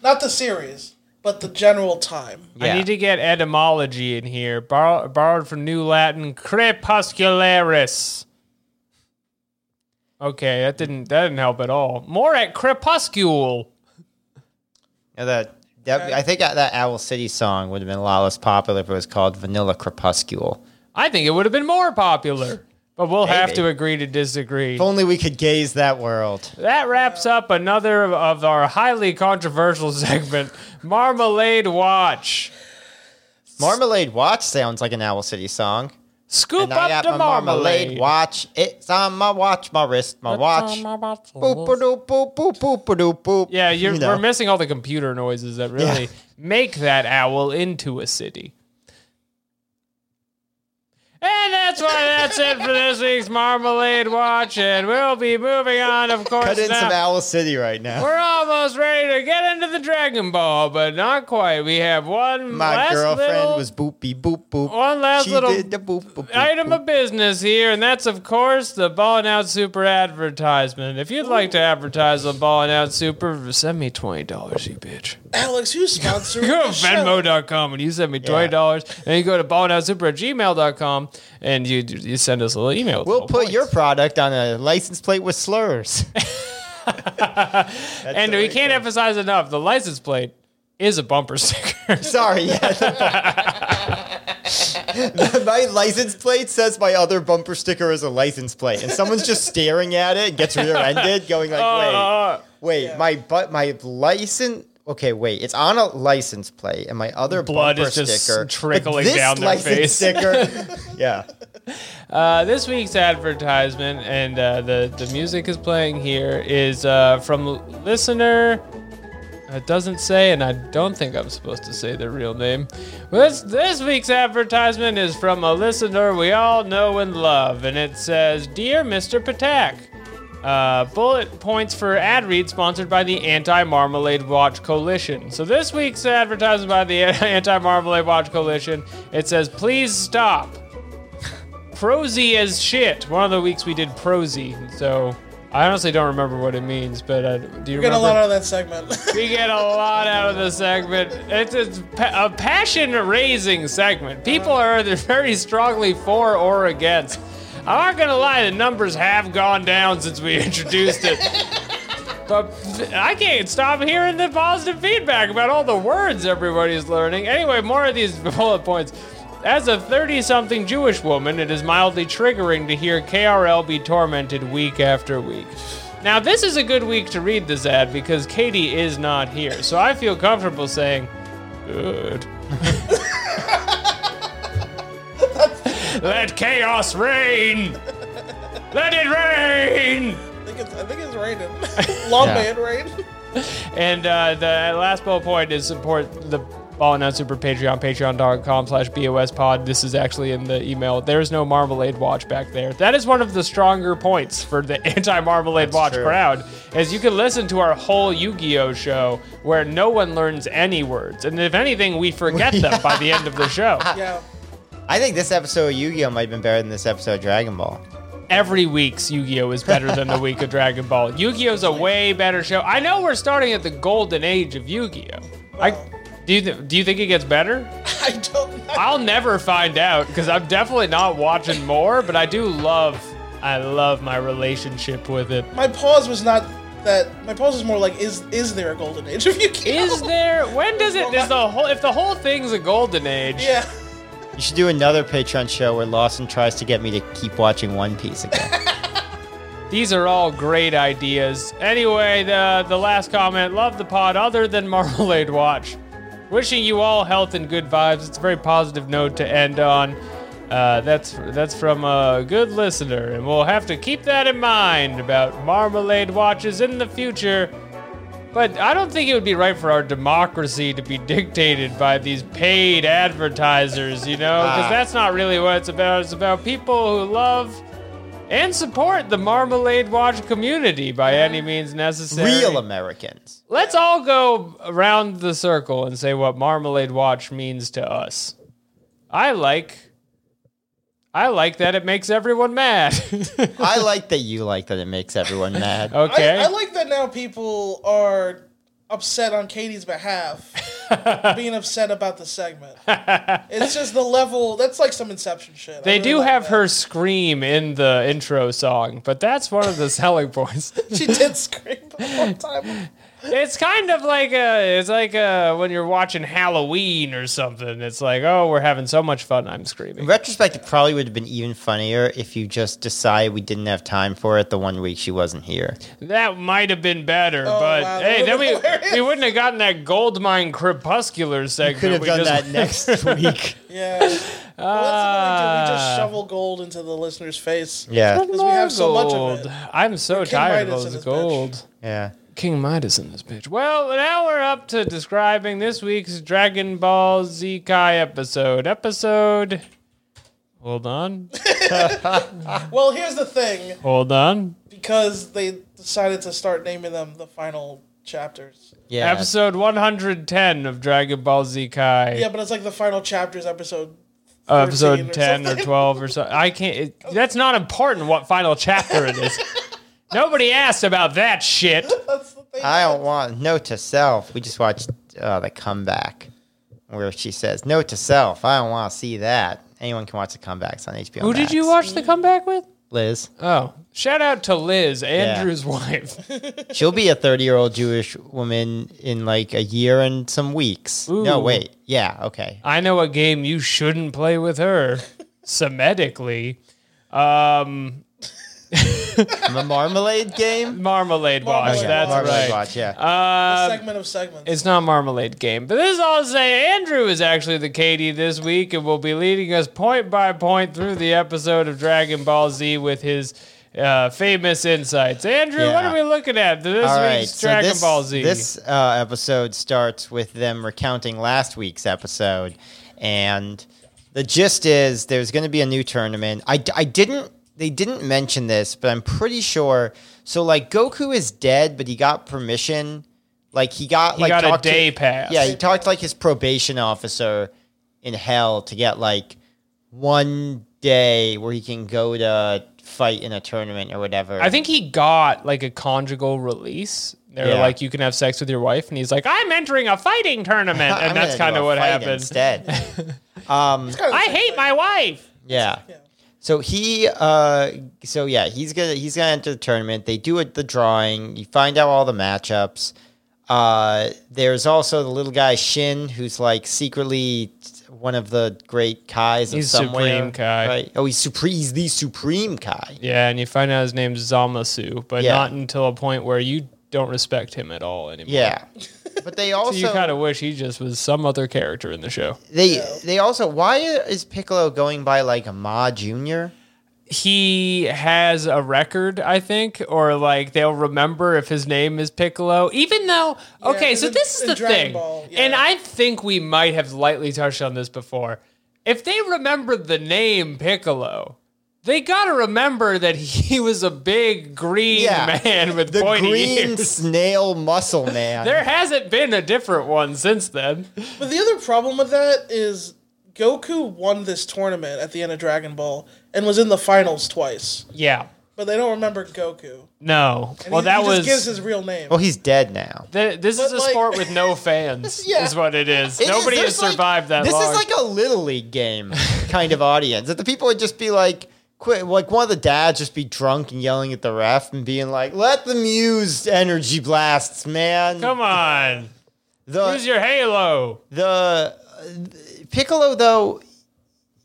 S3: Not the series, but the general time.
S2: I
S4: Yeah.
S2: need to get etymology in here. Borrow, borrowed from New Latin, crepuscularis. Okay, that didn't that didn't help at all. More at crepuscule.
S4: Now that, that, I think that, that Owl City song would have been a lot less popular if it was called Vanilla Crepuscule.
S2: I think it would have been more popular. But we'll have
S4: Maybe.
S2: to agree to disagree.
S4: If only we could gaze that world.
S2: That wraps up another of our highly controversial segment, Marmalade Watch.
S4: Marmalade Watch sounds like an Owl City song.
S2: Scoop
S4: And I
S2: up
S4: got
S2: the
S4: my marmalade
S2: marmalade.
S4: watch. It's on my watch, my wrist, Oh, my watch. Boop, boop, boop, boop, boop, boop, boop.
S2: Yeah, you're,
S4: You know.
S2: we're missing all the computer noises that really
S4: Yeah.
S2: make that owl into a city. And that's why that's it for this week's Marmalade Watch, and we'll be moving on, of course.
S4: Cut in
S2: now.
S4: some Owl City right now.
S2: We're almost ready to get into the Dragon Ball, but not quite. We have one
S4: My
S2: last
S4: girlfriend
S2: little
S4: was boopy boop boop.
S2: One last
S4: she
S2: little
S4: did the boop, boop, boop,
S2: item
S4: boop.
S2: of business here, and that's of course the Ballin' Out Super advertisement. If you'd like to advertise on Ballin' Out Super, send me twenty dollars, you bitch.
S3: Alex, who's sponsoring?
S2: Go to
S3: the show?
S2: Venmo.com and you send me twenty dollars, and you go to ballingoutsuper at gmail.com and you you send us a little email. with
S4: We'll
S2: little
S4: put
S2: points.
S4: your product on a license plate with slurs.
S2: and we can't emphasize enough the license plate is a bumper sticker.
S4: Sorry, yeah. my license plate says my other bumper sticker is a license plate, and someone's just staring at it and gets rear-ended, going like, "Wait,
S2: Oh,
S4: wait, my but my license." Okay, wait. It's on a license plate, and my other
S2: Blood
S4: bumper
S2: is just
S4: sticker but
S2: trickling
S4: this
S2: down their
S4: license
S2: face.
S4: Sticker, yeah.
S2: Uh, this week's advertisement and uh, the the music is playing here is uh, from listener. It doesn't say, and I don't think I'm supposed to say their real name. This this week's advertisement is from a listener we all know and love, and it says, "Dear Mr. Patak." Uh, bullet points for ad read sponsored by the Anti Marmalade Watch Coalition. So this week's advertisement by the Anti Marmalade Watch Coalition it says, "Please stop." prosy as shit. One of the weeks we did prosy, so I honestly don't remember what it means. But uh, do you
S3: Get
S2: remember?
S3: a lot out of that segment.
S2: we get a lot out of the segment. It's it's pa- a passion-raising segment. People are either very strongly for or against. I'm not gonna lie, the numbers have gone down since we introduced it. But I can't stop hearing the positive feedback about all the words everybody's learning. Anyway, more of these bullet points. As a 30 something Jewish woman, it is mildly triggering to hear KRL be tormented week after week. Now, this is a good week to read this ad because Katie is not here, so I feel comfortable saying, good. Let chaos reign! Let it rain!
S3: I think it's, I think it's raining. Long may it rain.
S2: And uh, the last bullet point is support the Ball and Out Super Patreon, patreon.com slash BOS pod. This is actually in the email. There's no Marmalade Watch back there. That is one of the stronger points for the anti Marmalade Watch
S4: true.
S2: crowd, is you can listen to our whole Yu Gi Oh! show where no one learns any words. And if anything, we forget them by the end of the show.
S3: Yeah.
S4: I think this episode of Yu-Gi-Oh might have been better than this episode of Dragon Ball.
S2: every week's Yu-Gi-Oh is better than the week of Dragon Ball. Yu-Gi-Oh's a way better show. I know we're starting at the golden age of Yu-Gi-Oh, I, do you th- do you think it gets better?
S3: I don't know.
S2: I'll never find out because I'm definitely not watching more. But I do love, I love my relationship with it.
S3: My pause was not that. My pause was more like, is is there a golden age of Yu-Gi-Oh?
S2: Is there? When does it? Is the whole? If the whole thing's a golden age?
S3: Yeah.
S4: You should do another Patreon show where Lawson tries to get me to keep watching One Piece again.
S2: These are all great ideas. Anyway, the the last comment. Love the pod. Other than Marmalade Watch, wishing you all health and good vibes. It's a very positive note to end on. Uh, that's that's from a good listener, and we'll have to keep that in mind about Marmalade Watches in the future. But I don't think it would be right for our democracy to be dictated by these paid advertisers, you know? Because that's not really what it's about. It's about people who love and support the Marmalade Watch community by any means necessary.
S4: Real Americans.
S2: Let's all go around the circle and say what Marmalade Watch means to us. I like. I like that it makes everyone mad.
S4: I like that you like that it makes everyone mad.
S2: okay.
S3: I, I like that now people are upset on Katie's behalf, being upset about the segment. it's just the level. That's like some Inception shit. I
S2: They
S3: really
S2: do
S3: like
S2: have
S3: that.
S2: her scream in the intro song, but that's one of the selling points.
S3: She did scream the whole time.
S2: It's kind of like a, it's like a, when you're watching Halloween or something. It's like, oh, we're having so much fun, I'm
S4: In
S2: screaming.
S4: retrospect, it probably would have been even funnier if you just decide we didn't have time for it the one week she wasn't here.
S2: That might have been better, but
S3: Oh, wow, that
S2: hey, then
S3: would've
S2: we
S3: been hilarious.
S2: we wouldn't have gotten that Goldmine Crepuscular segment.
S4: Could have
S2: we
S4: done
S2: just-
S4: that next week.
S3: Yeah. Well, that's what we do. We
S2: Ah.
S3: just shovel gold into the listener's face.
S4: Yeah,
S3: Because we have so much of
S2: Gold.
S3: it.
S2: I'm so tired
S3: Midas
S2: of those
S3: in this
S2: gold.
S4: yeah.
S2: King Midas in this bitch. Well, now we're up to describing this week's Dragon Ball Z Kai episode. Episode. Hold on.
S3: Well, here's the thing.
S2: Hold on.
S3: Because they decided to start naming them the final chapters.
S4: Yeah.
S2: Episode 110 of Dragon Ball Z Kai.
S3: Yeah, but it's like the final chapters episode.
S2: Uh,
S3: 13
S2: episode
S3: or
S2: 10 or
S3: something.
S2: 12 or something. I can't. It, that's not important what final chapter it is. Nobody asked about that shit.
S3: That's the thing.
S4: I don't want note to self. We just watched uh, the comeback where she says note to self. I don't want to see that. Anyone can watch the comebacks on HBO.
S2: Who did you
S4: Max.
S2: watch the comeback with?
S4: Liz.
S2: Oh. Shout out to Liz, Andrew's wife.
S4: She'll be a 30 year old Jewish woman in like a year and some weeks. No,
S2: Ooh.
S4: wait. Yeah, okay.
S2: I know a game you shouldn't play with her, Semitically. Um,
S4: The marmalade game?
S2: marmalade watch.
S3: Marmalade
S2: That's
S3: Watch.
S2: right.
S4: Marmalade Watch, yeah.
S3: The segment of segments.
S2: Um, It's not marmalade game, but this is all I'll say. Andrew is actually the Katie this week, and will be leading us point by point through the episode of Dragon Ball Z with his uh, famous insights. Andrew, what
S4: Yeah.
S2: are we looking at for this
S4: All right.
S2: week's
S4: So
S2: Dragon
S4: this,
S2: Ball Z?
S4: This uh, episode starts with them recounting last week's episode. And the gist is there's going to be a new tournament. I, I didn't, they didn't mention this, but I'm pretty sure. So, like, Goku is dead, but he got permission. Like, he got, like,
S2: got a
S4: talked to-
S2: day pass.
S4: Yeah, he talked to, like, his probation officer in hell to get, like, one day where he can go to fight in a tournament or whatever.
S2: I think he got like a conjugal release. They're
S4: Yeah.
S2: like, you can have sex with your wife, and he's like, I'm entering a fighting tournament,
S4: I'm
S2: and that's
S4: gonna
S2: kind
S4: do
S2: of
S4: a
S2: what
S4: fight
S2: happened.
S4: Instead.
S2: I hate my wife.
S4: Yeah. So he, uh, so yeah, he's gonna he's gonna enter the tournament. They do it, the drawing. You find out all the matchups. Uh, there's also the little guy Shin, who's like secretly one of the great Kai's of
S2: He's
S4: somewhere.
S2: Supreme Kai.
S4: right? Oh, he's supreme. He's the supreme Kai.
S2: Yeah, and you find out his name's Zamasu, but
S4: Yeah.
S2: not until a point where you don't respect him at all anymore.
S4: Yeah, but they also
S2: So you kind of wish he just was some other character in the show.
S4: they they also why is Piccolo going by like Ma Junior?
S2: He has a record, I think, or like they'll remember if his name is Piccolo. Even though, okay,
S3: 'cause
S2: so
S3: in-
S2: this is
S3: in
S2: the
S3: Dragon
S2: thing,
S3: Ball,
S2: and
S3: yeah.
S2: I think we might have lightly touched on this before. If they remember the name Piccolo, they gotta remember that he was a big green
S4: Yeah.
S2: man with
S4: The
S2: pointy
S4: green
S2: ears.
S4: snail muscle man.
S2: There hasn't been a different one since then.
S3: But the other problem with that is Goku won this tournament at the end of Dragon Ball and was in the finals twice.
S2: Yeah.
S3: but they don't remember Goku.
S2: No.
S3: And
S2: well,
S3: he,
S2: that
S3: he
S2: was.
S3: just gives his real name.
S4: Well, he's dead now.
S2: Th- this is
S3: But,
S2: a
S3: like-
S2: sport with no fans,
S3: Yeah.
S2: is what it is.
S4: It is-
S2: Nobody has
S4: there's like-
S2: survived that
S4: This
S2: long.
S4: is like a little league game kind of audience. That the people would just be like, quit. Like one of the dads just be drunk and yelling at the ref and being like, "Let the muse energy blasts, man."
S2: Come on.
S4: the
S2: Use your halo.
S4: the uh, Piccolo though.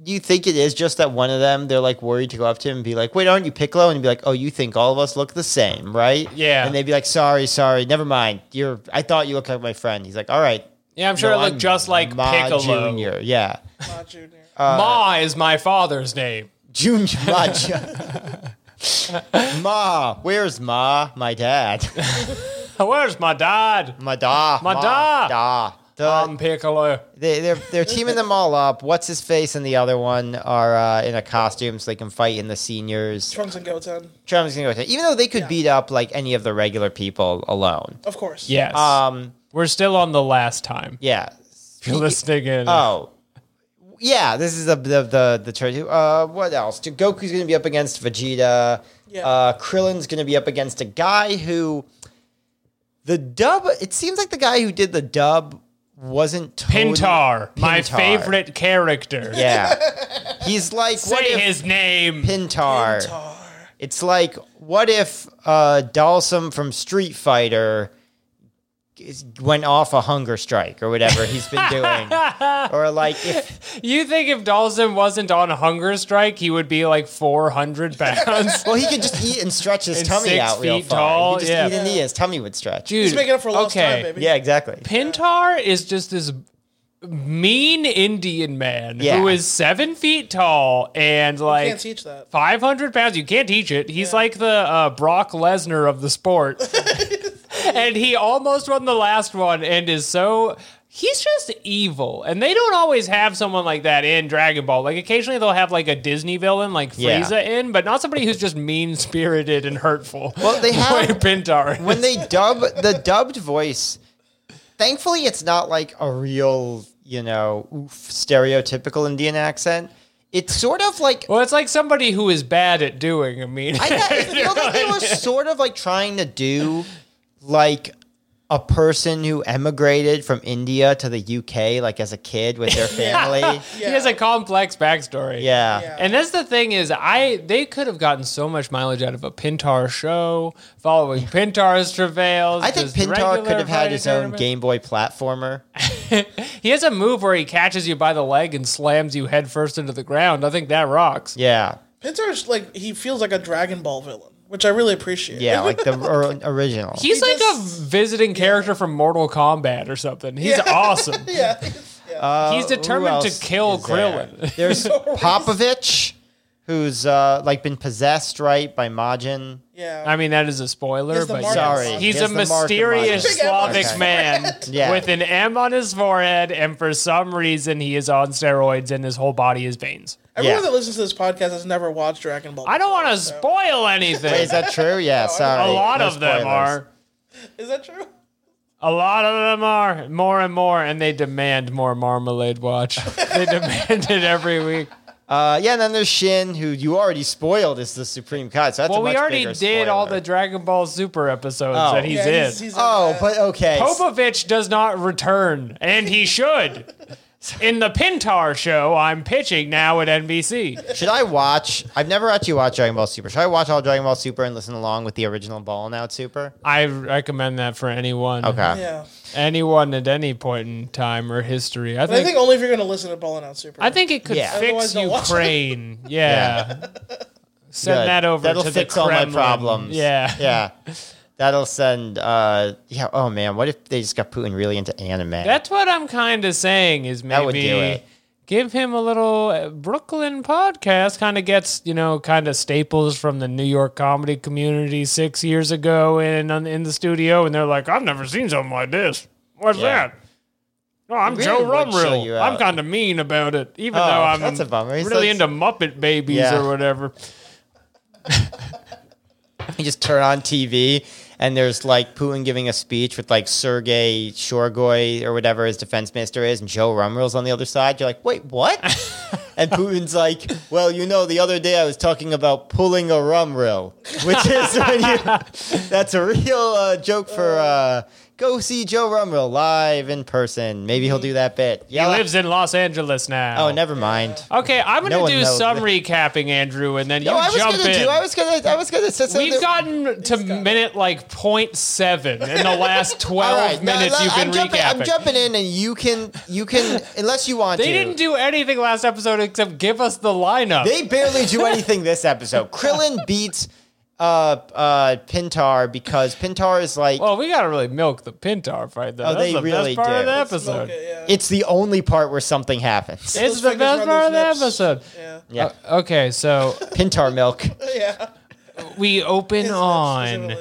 S4: Do you think it is just that one of them? They're like worried to go up to him and be like, "Wait, aren't you Piccolo?" And he'd be like, "Oh, you think all of us look the same, right?"
S2: Yeah.
S4: And they'd be like, "Sorry, sorry, never mind. You're. I thought you looked like my friend." He's like, "All right."
S2: Yeah, I'm sure
S4: no,
S2: it looked
S4: I'm
S2: just like
S4: Ma
S2: Piccolo.
S4: Junior. Yeah.
S3: Ma Jr.
S2: Ma is my father's name.
S4: June Ma. Ma, where's Ma? My dad.
S2: Where's my dad?
S4: My da.
S2: My
S4: ma,
S2: da. Um,
S4: Da. The-
S2: I'm Piccolo.
S4: they, they're they're teaming them all up. What's his face and the other one are uh, in a costume so they can fight in the seniors.
S3: Trunks and Goten,
S4: Travis gonna go with that. Even though they could
S3: Yeah.
S4: beat up like any of the regular people alone.
S3: of course.
S2: Yes.
S4: Um.
S2: We're still on the last time.
S4: Yeah.
S2: If you're listening in.
S4: Oh. Yeah, this is the the the, the turn. Uh, what else? Goku's gonna be up against Vegeta.
S3: Yeah.
S4: Uh, Krillin's gonna be up against a guy who, the dub. It seems like the guy who did the dub wasn't totally,
S2: Pintar, my
S4: Pintar.
S2: favorite character.
S4: Yeah, he's like what
S2: Say
S4: if
S2: his name.
S4: Pintar.
S3: Tar.
S4: It's like what if uh, Dalsum from Street Fighter is- went off a hunger strike or whatever he's been doing, or like if
S2: You think if Dalsum wasn't on a hunger strike, he would be like 400 pounds?
S4: Well, he could just eat and stretch his
S2: And
S4: tummy
S2: six
S4: out real
S2: feet
S4: far.
S2: tall,
S4: He just
S2: yeah.
S4: eat and eat, his tummy would stretch.
S2: Dude,
S3: He's making up for lost
S2: okay.
S3: time, baby.
S4: Yeah, exactly.
S2: Pintar is just this mean Indian man
S4: Yeah.
S2: who is seven feet tall and
S3: You
S2: like
S3: can't teach that.
S2: 500 pounds. You can't teach it. He's like the uh, Brock Lesnar of the sport. and he almost won the last one and is so. He's just evil. And they don't always have someone like that in Dragon Ball. Like, occasionally they'll have like a Disney villain like
S4: Yeah.
S2: Frieza in, but not somebody who's just mean spirited and hurtful.
S4: Well, they
S2: The
S4: have-
S2: way Pintar. is.
S4: When they dub the dubbed voice, thankfully it's not like a real, you know, oof, stereotypical Indian accent. It's sort of like
S2: well, it's like somebody who is bad at doing a mean.
S4: I thought it feels like they were sort of like trying to do like a person who emigrated from India to the UK like as a kid with their family. yeah.
S2: He has a complex backstory.
S3: Yeah.
S2: And that's the thing is, I they could have gotten so much mileage out of a Pintar show following Pintar's travails.
S4: I think
S2: this
S4: Pintar
S2: regular
S4: could have had
S2: fighting
S4: his own
S2: tournament.
S4: Game Boy platformer.
S2: He has a move where he catches you by the leg and slams you headfirst into the ground. I think that rocks.
S4: Yeah.
S3: Pintar's like he feels like a Dragon Ball villain, which I really appreciate.
S4: Yeah, like the or- original.
S2: He's
S3: He
S2: like
S3: just-
S2: a visiting character from Mortal Kombat or something. He's awesome.
S3: yeah.
S2: He's
S4: Uh, who
S2: determined to
S4: else
S2: kill
S4: is there?
S2: Krillin.
S4: There's Popovich, who's uh, like been possessed right by Majin.
S3: yeah.
S2: I mean, that is a spoiler,
S3: He has the
S2: but
S3: mark
S2: yes.
S3: on his
S4: Sorry, he
S2: he's a
S4: has the mark of
S2: mysterious
S4: Majin.
S3: Big M on
S2: Slavic
S4: his
S2: man
S4: Yeah.
S2: with an M on his forehead, and for some reason, he is on steroids and his whole body is veins.
S3: Everyone
S4: Yeah.
S3: that listens to this podcast has never watched Dragon Ball.
S2: I don't want to
S3: so-
S2: spoil
S4: Wait, is
S2: anything.
S4: that true? Yeah, sorry.
S2: A lot
S4: No
S2: of them
S4: spoilers.
S2: are.
S3: Is that true?
S2: A lot of them are. More and more, and they demand more Marmalade Watch. they demand it every week.
S4: Uh, yeah, and then there's Shin, who you already spoiled is the Supreme Cut. So that's
S2: Well,
S4: a much
S2: we already
S4: bigger
S2: did all
S4: spoiler.
S2: the Dragon Ball Super episodes
S4: Oh.
S2: that he's
S3: yeah,
S2: in.
S4: Oh,
S3: uh,
S4: but okay.
S2: Popovich does not return, and he should. In the Pintar show, I'm pitching now at NBC.
S4: Should I watch? I've never actually watched Dragon Ball Super. Should I watch all Dragon Ball Super and listen along with the original Ball Now Super?
S2: I recommend that for anyone,
S4: Okay.
S3: yeah.
S2: anyone at any point in time or history. I
S3: But I
S2: think,
S3: think only if you're going to listen to Ballin' Out Super.
S2: I think it could
S4: Yeah.
S2: fix
S3: Otherwise, don't watch it.
S2: Ukraine. Yeah. Send
S4: Good.
S2: that over
S4: That'll
S2: to
S4: fix
S2: the
S4: all my
S2: Kremlin.
S4: problems.
S2: Yeah.
S4: yeah. That'll send. Uh, yeah. Oh man, what if they just got Putin really into anime?
S2: That's what I'm kind of saying is maybe
S4: That would do it.
S2: give him a little uh, Brooklyn podcast. Kind of gets you know kind of staples from the New York comedy community six years ago in on- in the studio, and they're like, I've never seen something like this. What's
S4: Yeah.
S2: that? Oh, I'm
S4: It really
S2: Joe
S4: would chill you
S2: Rumrill. I'm
S4: out.
S2: kind of mean about it, even
S4: Oh,
S2: though I'm
S4: that's a bummer. He's
S2: really
S4: such-
S2: into Muppet Babies
S4: Yeah.
S2: or whatever.
S4: you just turn on TV and there's like Putin giving a speech with like Sergei Shorgoy or whatever his defense minister is, and Joe Rummel's on the other side. You're like, wait, what? and Putin's like, well, you know, the other day I was talking about pulling a Rumrel, which is when you, that's a real uh, joke for. Uh, Go see Joe Rumrel live in person. Maybe he'll do that bit.
S2: He
S4: Yeah.
S2: lives in Los Angeles now.
S4: Oh, never mind.
S2: Okay, I'm gonna
S4: No one
S2: do
S4: knows
S2: some
S4: that.
S2: recapping, Andrew, and then you
S4: No, I was
S2: jump
S4: gonna
S2: in.
S4: do. I was gonna. I was gonna set something.
S2: We've gotten to minute like point seven in the last
S4: All
S2: twelve
S4: right, no,
S2: minutes.
S4: no,
S2: you've been
S4: I'm jumping,
S2: recapping.
S4: I'm jumping in, and you can. You can unless you want
S2: they
S4: to.
S2: didn't do anything last episode except give us the lineup.
S4: They barely do anything this episode. Krillin beats uh uh Pintar because Pintar is like
S2: well, we gotta really milk the Pintar fight though.
S4: Oh,
S2: That's
S4: they
S2: the
S4: really
S2: best part of
S4: do.
S2: the
S4: Let's
S2: episode.
S3: Smoke it, yeah.
S4: it's the only part where something happens.
S2: It's
S3: Those
S2: the
S3: fingers
S2: best
S3: around
S2: part of the
S3: those nips.
S2: episode.
S3: Yeah.
S4: Yeah,
S2: Okay, so
S4: Pintar milk.
S3: Yeah.
S2: we open
S3: His lips,
S2: on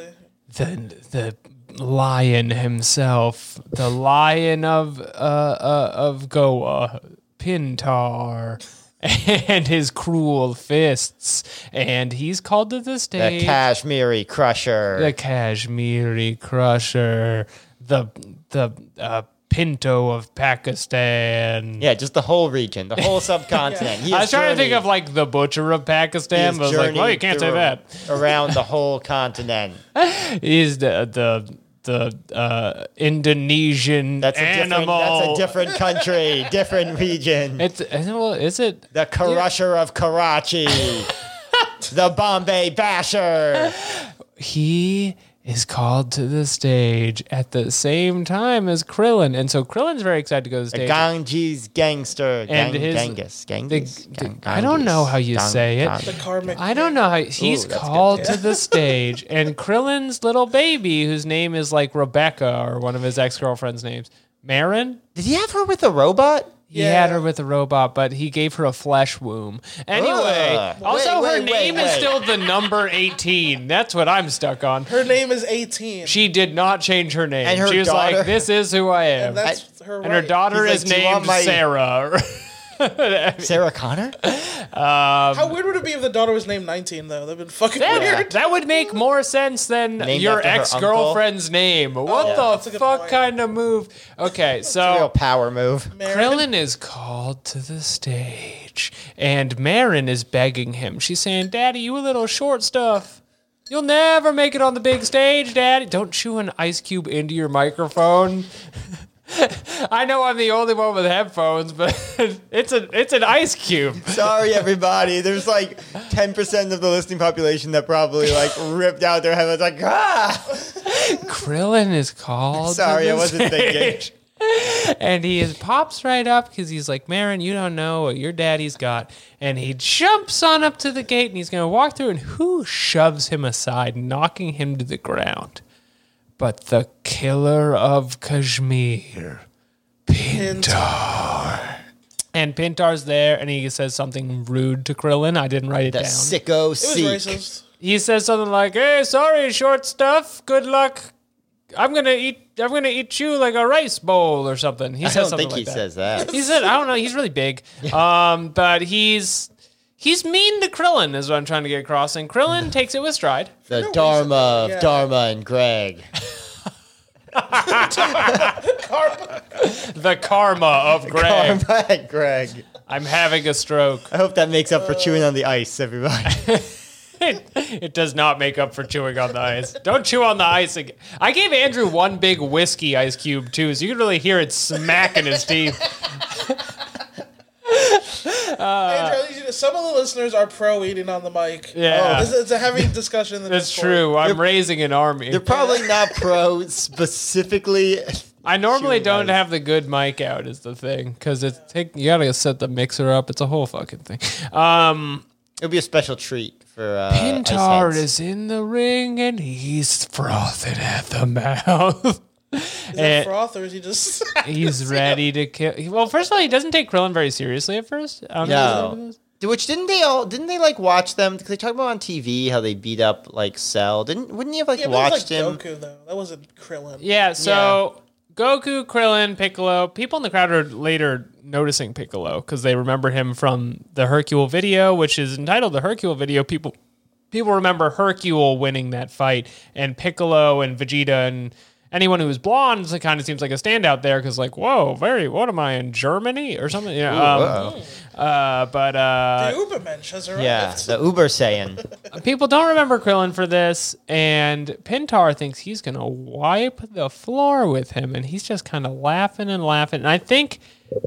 S3: presumably.
S2: the the lion himself, the lion of uh, uh of Goa, Pintar, and his cruel fists, and he's called to the
S4: The
S2: stage
S4: Kashmiri Crusher.
S2: the Kashmiri Crusher, the the uh, Pinto of Pakistan.
S4: yeah, just the whole region, the whole subcontinent. He
S2: I
S4: has
S2: was trying to think
S4: journeyed-
S2: of like the butcher of Pakistan,
S4: he
S2: but I
S4: has
S2: was like, well, you
S4: journeyed
S2: can't say
S4: through-
S2: that.
S4: around the whole continent.
S2: He's the the the uh, Indonesian
S4: That's a
S2: animal.
S4: different. That's a different country, different region.
S2: It's is it- well, is it?
S4: the Karusher of Karachi, the Bombay Basher.
S2: He is called to the stage at the same time as Krillin, and so Krillin's very excited to go to the
S4: The
S2: stage.
S4: Ganges gangster,
S2: And
S4: Gang,
S2: his-
S4: Genghis, Genghis,
S2: the-
S4: Gang-
S2: I don't know how you
S4: Gang-
S2: say it.
S4: Gang-
S3: The karmic.
S2: I don't know how he's
S4: Ooh, that's
S2: called to the stage, and Krillin's little baby, whose name is like Rebecca or one of his ex girlfriend's names, Marin.
S4: Did he have her with a robot?
S2: He had
S3: Yeah.
S2: her with a robot, but he gave her a flesh womb. Anyway,
S4: Ugh.
S2: also
S4: Wait,
S2: her
S4: wait,
S2: name
S4: wait,
S2: is
S4: wait.
S2: still the number eighteen. That's what I'm stuck on.
S3: Her name is 18.
S2: She did not change her name.
S4: And her
S2: she was
S4: daughter-
S2: like, "This is who I am."
S3: and that's her.
S2: And her
S3: right.
S2: daughter
S4: He's
S2: is
S4: like, "Do you
S2: named
S4: want my-"
S2: Sarah.
S4: Sarah Connor?
S3: How weird would it be if the daughter was named 19 though? That'd been fucking
S2: That,
S3: weird.
S2: that would make more sense than
S4: Named
S2: your
S4: after her Oh,
S2: ex girlfriend's name. What
S3: that's a
S2: the
S3: good
S2: fuck
S3: point.
S2: kind of move? Okay,
S4: Real
S2: so
S4: power move.
S3: Marin.
S2: Krillin is called to the stage, and Marin is begging him. She's saying, Daddy, you a little short stuff. You'll never make it on the big stage, Daddy. Don't chew an ice cube into your microphone. I know I'm the only one with headphones, but it's a it's an ice cube.
S4: Sorry, everybody. There's like 10% of the listening population that probably like ripped out their head. It's like, ah!
S2: Krillin is called. to
S4: Sorry, I
S2: the
S4: wasn't thinking.
S2: stage. And he is, pops right up because he's like, Marin, you don't know what your daddy's got. And he jumps on up to the gate and he's going to walk through. And who shoves him aside, knocking him to the ground? But the killer of Kashmir, Pintar. And Pintar's there and he says something rude to Krillin. I didn't write it
S4: The
S2: down.
S4: sicko
S3: It was
S4: seek.
S3: racist.
S2: He says something like, "Hey, sorry, short stuff. Good luck. I'm gonna eat. I'm gonna eat you like a rice bowl or something." He
S4: I
S2: says
S4: don't
S2: something
S4: think
S2: like
S4: he
S2: that.
S4: says that.
S2: He said, "I don't know. He's really big, um, but he's he's mean to Krillin, is what I'm trying to get across." And Krillin takes it with stride.
S4: The
S3: reason,
S4: Dharma of
S3: yeah.
S4: Dharma and Greg.
S2: The karma of Greg.
S4: Dharma and Greg.
S2: I'm having a stroke.
S4: I hope that makes up for chewing on the ice, everybody.
S2: It, it does not make up for chewing on the ice. Don't chew on the ice again. I gave Andrew one big whiskey ice cube too, so you can really hear it smacking his teeth. Uh,
S3: Andrew, I need you to- some of the listeners are pro eating on the mic.
S2: Yeah.
S3: Oh, it's, it's a heavy discussion. in the
S2: That's
S3: Discord.
S2: true. I'm raising an army.
S4: They're probably not pro specifically.
S2: I normally
S4: Shoot,
S2: don't
S4: guys.
S2: have the good mic out is the thing because it's take, you gotta set the mixer up. It's a whole fucking thing. Um,
S4: It'll be a special treat for uh, ice
S2: Pintar
S4: heads.
S2: is in the ring and he's frothing at the mouth.
S3: Is
S2: And
S4: Eh,
S3: that froth or is he just?
S2: he's ready to kill. Well, first of all, he doesn't take Krillin very seriously at first. I don't know if you
S4: No.
S2: know this.
S4: Which didn't they all? Didn't they like watch them? Because they talked about on TV how they beat up like Cell. Didn't? Wouldn't you have like
S3: yeah, but it was
S4: watched
S3: like
S4: him?
S3: Goku though. That wasn't Krillin.
S2: Yeah. So Goku, Krillin, Piccolo. People in the crowd are later noticing Piccolo because they remember him from the Hercule video, which is entitled "The Hercule Video." People people remember Hercule winning that fight, and Piccolo and Vegeta and anyone who was blonde so it kind of seems like a standout there because like whoa, very what am I in Germany or something? Yeah, um, uh, but uh,
S3: The Ubermensch has arrived.
S4: Yeah, the Uber Saiyan.
S2: people don't remember Krillin for this, and Pintar thinks he's gonna wipe the floor with him, and he's just kind of laughing and laughing. And I think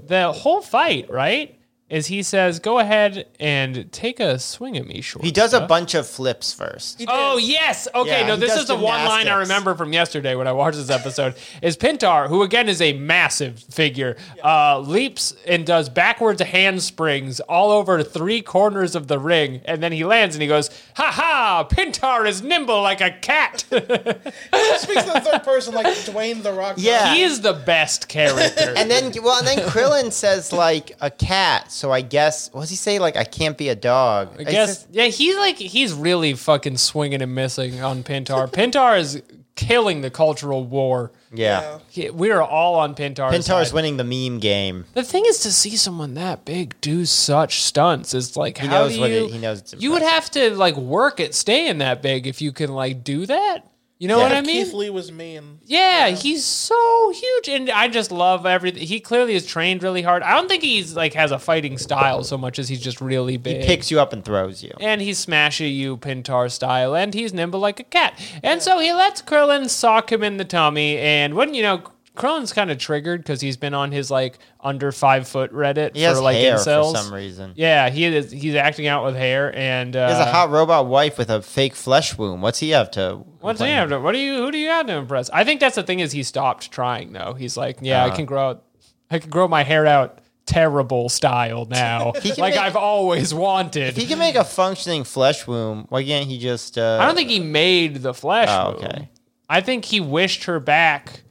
S2: the whole fight, right, is he says, "Go ahead and take a swing at me, short."
S4: He does a
S2: stuff."
S4: bunch of flips first.
S3: He did.
S2: Oh yes. Okay.
S4: Yeah,
S2: no,
S4: he
S2: this
S4: does
S2: is the one line I
S4: gymnastics.
S2: remember from yesterday when I watched this episode. is Pintar, who again is a massive figure, uh, leaps and does backwards handsprings all over three corners of the ring, and then he lands and he goes, "Ha ha! Pintar is nimble like a cat."
S3: He speaks in the third person like Dwayne the Rock.
S4: Yeah.
S2: he is the best character.
S4: And then, well, and then Krillin says like a cat. So I guess what does he say? Like I can't be a dog.
S2: I guess yeah, he's like he's really fucking swinging and missing on Pintar. Pintar is killing the cultural war.
S4: yeah.
S2: He- We are all on Pintar's side.
S4: Pintar's winning the meme game.
S2: The thing is to see someone that big do such stunts. It's like
S4: He
S2: how
S4: knows
S2: do
S4: what
S2: you?
S4: it- he knows it's
S2: you would have to like work at staying that big if you can like do that. You know
S4: Yeah.
S2: what I mean?
S3: Keith Lee was mean.
S2: yeah, he's so huge, and I just love everything. He clearly is trained really hard. I don't think he's like has a fighting style so much as he's just really big.
S4: He picks you up and throws you.
S2: and he's smashy you Pintar style, and he's nimble like a cat. And so he lets Krillin sock him in the tummy, and wouldn't you know, Krillin's kind of triggered because he's been on his like under five foot Reddit
S4: He
S2: for
S4: has
S2: like
S4: hair
S2: incels.
S4: for some reason.
S2: Yeah, he is. He's acting out with hair, and uh,
S4: He has a hot robot wife with a fake flesh womb. What's he have to?
S2: What's he
S4: complain
S2: have to? What do you? Who do you have to impress? I think that's the thing is he stopped trying though. He's like, yeah,
S4: Uh.
S2: I can grow out. I can grow my hair out terrible style now, like
S4: can make-
S2: I've always wanted.
S4: If he can make a functioning flesh womb, why can't he just? Uh,
S2: I don't think he made the flesh.
S4: Oh,
S2: move.
S4: okay.
S2: I think he wished her back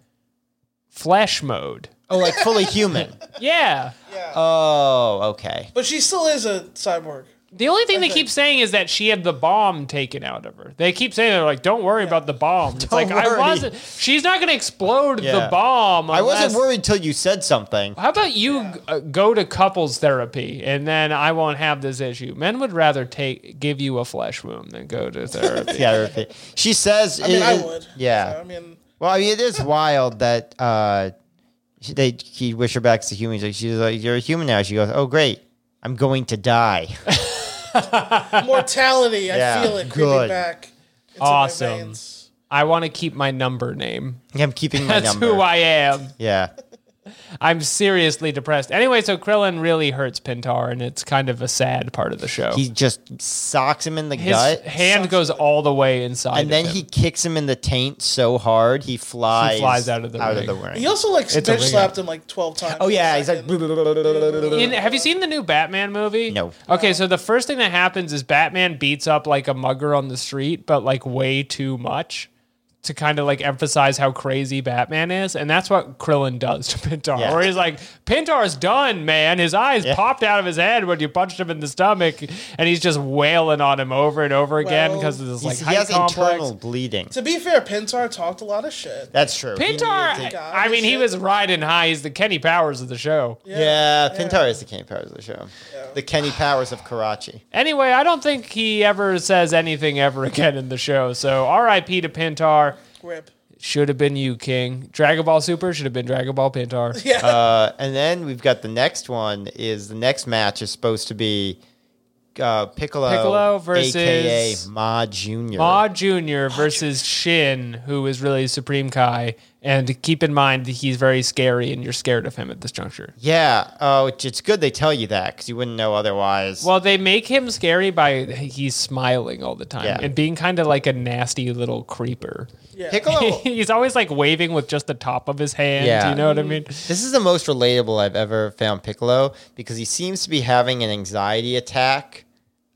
S2: flesh mode.
S4: Oh, like fully human.
S2: Yeah.
S4: oh, okay.
S3: But she still is a cyborg.
S2: The only thing they keep saying is that she had the bomb taken out of her. They keep saying they're like, "Don't worry about the bomb." It's
S4: Don't
S2: like I
S4: worry.
S2: wasn't. She's not going to explode the
S4: Yeah.
S2: bomb.
S4: I wasn't
S2: unless-
S4: worried till you said something.
S2: How about you uh, go to couples therapy and then I won't have this issue. Men would rather take give you a flesh wound than go to therapy.
S4: therapy. She says,
S3: I mean,
S4: it-
S3: I
S4: it-
S3: would.
S4: Yeah.
S3: So, I mean,
S4: Well, I mean, it is wild that uh, she, they he wish her back to humans. Like she's like, "You're a human now." She goes, "Oh, great, I'm going to die."
S3: mortality.
S4: Yeah,
S3: I feel it creeping
S4: good.
S3: back. It's in my
S2: Awesome.
S3: veins.
S2: I want to keep my number name.
S4: I'm keeping my
S2: That's
S4: number.
S2: who I am.
S4: yeah.
S2: I'm seriously depressed. Anyway, so Krillin really hurts Pintar, and it's kind of a sad part of the show.
S4: He just socks him in the
S2: His
S4: gut,
S2: hand goes all the way inside,
S4: and then
S2: of him.
S4: he kicks him in the taint so hard he flies,
S2: flies out of the ring.
S4: ring.
S3: He also like
S2: a
S3: bitch
S2: ring
S3: slapped him like twelve times.
S4: oh yeah, he's like.
S2: In, have you seen the new Batman movie?
S4: No.
S2: Okay, so the first thing that happens is Batman beats up like a mugger on the street, but like way too much to kind of like emphasize how crazy Batman is. And that's what Krillin does to Pintar,
S4: Yeah.
S2: where he's like, Pintar's done, man. His eyes
S4: Yeah.
S2: popped out of his head when you punched him in the stomach. And he's just wailing on him over and over again
S3: Well,
S2: because of this like
S4: he's- he
S2: height
S4: has
S2: complex.
S4: internal bleeding.
S3: to be fair, Pintar talked a lot of shit.
S4: That's true. He
S2: Pintar,
S4: needed to-
S3: God,
S2: I mean, he
S3: shit.
S2: was riding high. He's the Kenny Powers of the show.
S4: Yeah, Pintar is the Kenny Powers of the show. The Kenny Powers of Karachi.
S2: Anyway, I don't think he ever says anything ever again in the show. So R.I.P. to Pintar.
S3: Rip.
S2: Should have been you, King. Dragon Ball Super should have been Dragon Ball Pintar.
S3: Yeah.
S4: Uh, and then we've got the next one is the next match is supposed to be uh, Piccolo,
S2: Piccolo versus-
S4: aka Ma Junior.
S2: Ma Junior versus Shin, who is really Supreme Kai. And keep in mind that he's very scary, and you're scared of him at this juncture.
S4: yeah, oh, which it's good they tell you that because you wouldn't know otherwise.
S2: Well, they make him scary by he's smiling all the time
S4: Yeah.
S2: and being kind of like a nasty little creeper.
S3: yeah.
S4: Piccolo.
S2: he's always like waving with just the top of his hand.
S4: Oh. Yeah.
S2: You know what I mean?
S4: This is the most relatable I've ever found Piccolo because he seems to be having an anxiety attack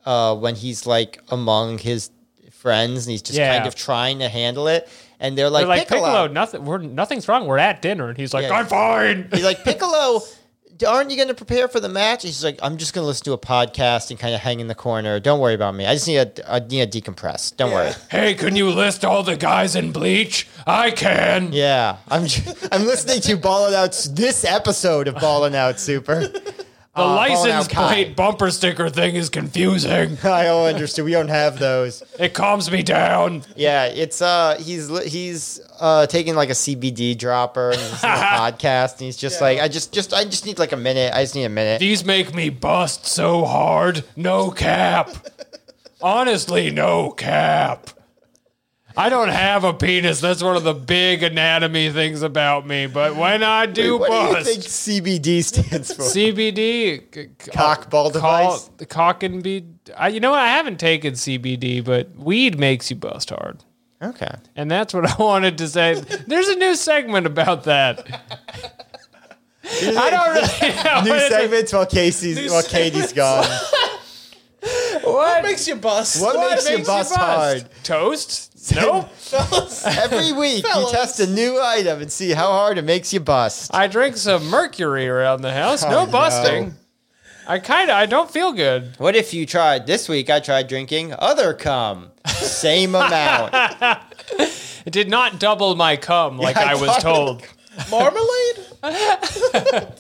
S4: uh, when he's like among his friends and he's just
S2: Yeah.
S4: kind of trying to handle it. And they're like,
S2: They're like
S4: Piccolo,
S2: Piccolo, nothing. We're nothing's wrong. We're at dinner, and he's like,
S4: Yeah.
S2: "I'm fine."
S4: He's like, Piccolo, aren't you going to prepare for the match? He's like, I'm just going to listen to a podcast and kind of hang in the corner. Don't worry about me. I just need a, I need to decompress. Don't worry.
S2: Hey, can you list all the guys in Bleach? I can.
S4: Yeah, I'm j- I'm listening to Ballin' Out this episode of Ballin' Out Super.
S2: The
S4: Uh, Fallen
S2: license
S4: Out Kai.
S2: plate bumper sticker thing is confusing.
S4: I all understood. We don't have those.
S2: It calms me down.
S4: Yeah, it's uh, he's li- he's uh taking like a CBD dropper and he's listening to a podcast, and he's just
S3: Yeah.
S4: like, I just just I just need like a minute. I just need a minute.
S2: These make me bust so hard. No cap. Honestly, no cap. I don't have a penis. That's one of the big anatomy things about me. But when I do
S4: what
S2: bust,
S4: do you think CBD stands for?
S2: CBD c- c-
S4: Cock ball
S2: call-
S4: device?
S2: cock and be. I, you know what? I haven't taken CBD, but weed makes you bust hard.
S4: okay.
S2: And that's what I wanted to say. There's a new segment about that. I don't really know.
S4: New
S2: what it's-
S4: segments while Casey's
S3: New
S4: while Katie's gone.
S3: What makes you bust?
S4: What makes you bust hard?
S2: Toast? Nope.
S3: Fellas,
S4: Every week you
S3: Fellas.
S4: test a new item and see how hard it makes you bust.
S2: I drink some mercury around the house. No
S4: Oh, no.
S2: busting. I kind of I don't feel good.
S4: What if you tried this week? I tried drinking other cum, same amount.
S2: It did not double my cum like
S4: I
S2: I, was
S4: thought-
S2: told.
S3: marmalade?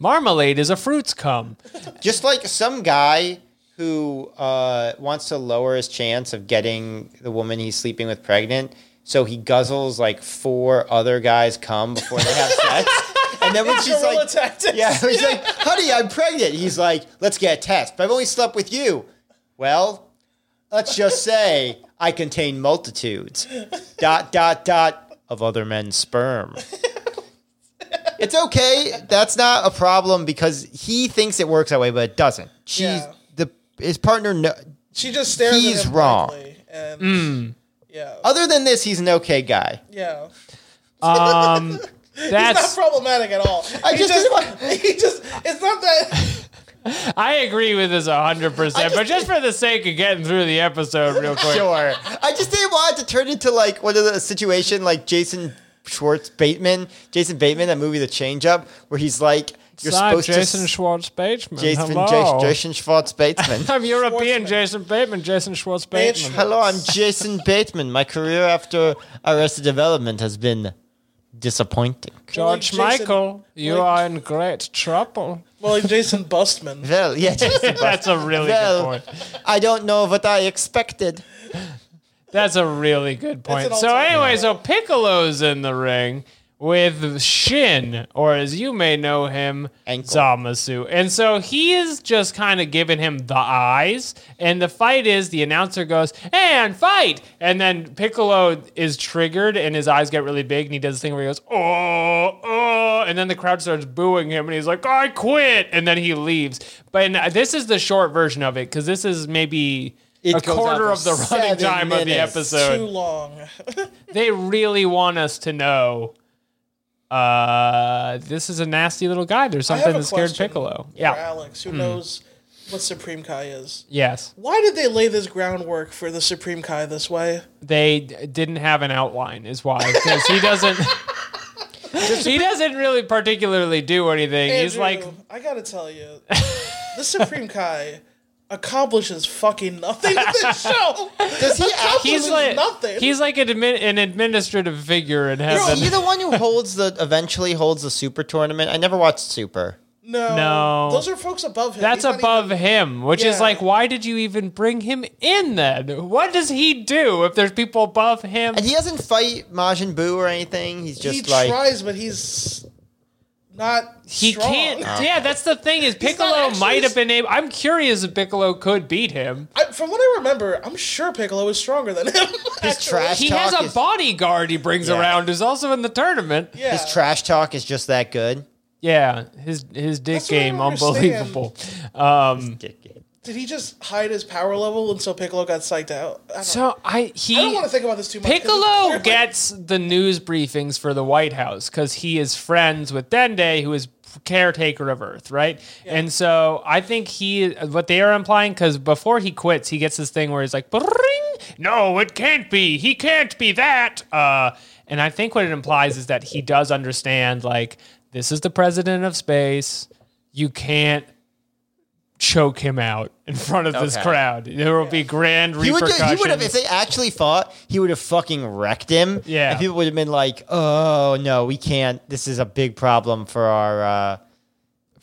S2: Marmalade is a fruit's cum.
S4: just like some guy who uh, wants to lower his chance of getting the woman he's sleeping with pregnant, so he guzzles like four other guys come before they have sex, and then when she's
S3: Guerrilla
S4: like,
S3: tactics.
S4: "Yeah," he's like, "Honey, I'm pregnant," he's like, "Let's get a test." But I've only slept with you. Well, let's just say I contain multitudes. Dot dot dot of other men's sperm. It's okay. That's not a problem because he thinks it works that way, but it doesn't. She's
S3: Yeah.
S4: the his partner. No,
S3: She just stares
S4: He's
S3: at him
S4: wrong.
S3: blankly, And
S2: Mm.
S3: yeah,
S4: other than this, he's an okay guy.
S3: yeah.
S2: Um,
S3: It's
S2: that's
S3: not problematic at all.
S4: I
S3: he just,
S4: just didn't want-
S3: he just, it's not that.
S2: I agree with this hundred percent.
S4: just-
S2: But just for the sake of getting through the episode real quick,
S4: Sure. I just didn't want it to turn into like one of the situation like Jason Schwartz Bateman, Jason Bateman, that movie The Change Up, where he's like, you're
S2: Sigh,
S4: supposed
S2: Jason
S4: to.
S2: Schwartz Bateman.
S4: Jason,
S2: Hello.
S4: Jason, Jason Schwartz Bateman.
S2: I'm European
S3: Schwartzman.
S2: Jason Bateman. Jason Schwartz Bateman.
S4: Hello, I'm Jason Bateman. My career after Arrested Development has been disappointing.
S2: George
S3: Jason-
S2: Michael, you
S3: like-
S2: are in great trouble.
S3: Well, like Jason Bustman.
S4: Well, yeah, Jason
S2: That's a really
S4: Well-
S2: good point.
S4: I don't know what I expected.
S2: That's a really good point.
S3: an
S2: So
S3: all-time
S2: anyway, so Piccolo's in the ring with Shin, or as you may know him,
S4: Ankle.
S2: Zamasu. And so he is just kind of giving him the eyes. And the fight is the announcer goes, and fight. And then Piccolo is triggered and his eyes get really big and he does this thing where he goes, oh, oh. And then the crowd starts booing him and he's like, I quit. And then he leaves. But and this is the short version of it because this is maybe
S4: It
S2: a
S4: goes on
S2: quarter
S4: for
S2: of the running
S4: seven
S2: time of the
S4: minutes.
S2: episode.
S3: Too long.
S2: They really want us to know. Uh, this is a nasty little guy. There's
S3: I have
S2: something
S3: a
S2: that scared
S3: question
S2: Piccolo.
S3: for
S2: Yeah. Mm.
S3: Alex, who knows what Supreme Kai is.
S2: Yes.
S3: Why did they lay this groundwork for the Supreme Kai this way?
S2: They d- didn't have an outline, is why. Because he doesn't. he doesn't really particularly do anything. He's like,
S3: Andrew, I gotta tell you, the Supreme Kai accomplishes fucking nothing in this show. Does he
S2: he's like,
S3: nothing?
S2: he's like an, admin, an administrative figure in heaven.
S4: Is he the one who holds the eventually holds the Super tournament? I never watched Super.
S3: no,
S2: No.
S3: Those are folks above him.
S2: That's
S3: He's not
S2: above
S3: even-
S2: him, which is
S3: Yeah.
S2: like, why did you even bring him in then? What does he do if there's people above him?
S4: And he doesn't fight Majin Buu or anything. He's just
S3: he
S4: like
S3: tries, but he's not.
S2: He
S3: strong.
S2: can't. Yeah, that's the thing is Piccolo
S3: actually
S2: might have
S3: s-
S2: been able. I'm curious if Piccolo could beat him.
S3: I, from what I remember, I'm sure Piccolo is stronger than him.
S4: his
S3: actually.
S4: trash
S2: He
S4: talk.
S2: has a
S4: is,
S2: bodyguard he brings
S4: Yeah.
S2: around who's also in the tournament. Yeah,
S3: Yeah.
S4: His trash talk is just that good.
S2: his his dick
S3: That's what I
S2: game
S3: don't understand.
S2: unbelievable. Um,
S3: Did he just hide his power level until Piccolo got psyched out? I don't,
S2: so I he
S3: I don't want to think about this too much. 'cause it's
S2: Piccolo
S3: clearly-
S2: gets the news briefings for the White House because he is friends with Dende, who is caretaker of Earth, right? And so I think he, what they are implying, because before he quits, he gets this thing where he's like, "Bring, no, it can't be. He can't be that." Uh, and I think what it implies is that he does understand, like, this is the president of space. You can't choke him out in front of this
S4: Okay.
S2: crowd. There will be grand
S4: He would,
S2: repercussions.
S4: he would have if they actually fought. He would have fucking wrecked him.
S2: Yeah.
S4: and people would have been like, "Oh no, we can't. This is a big problem for our uh,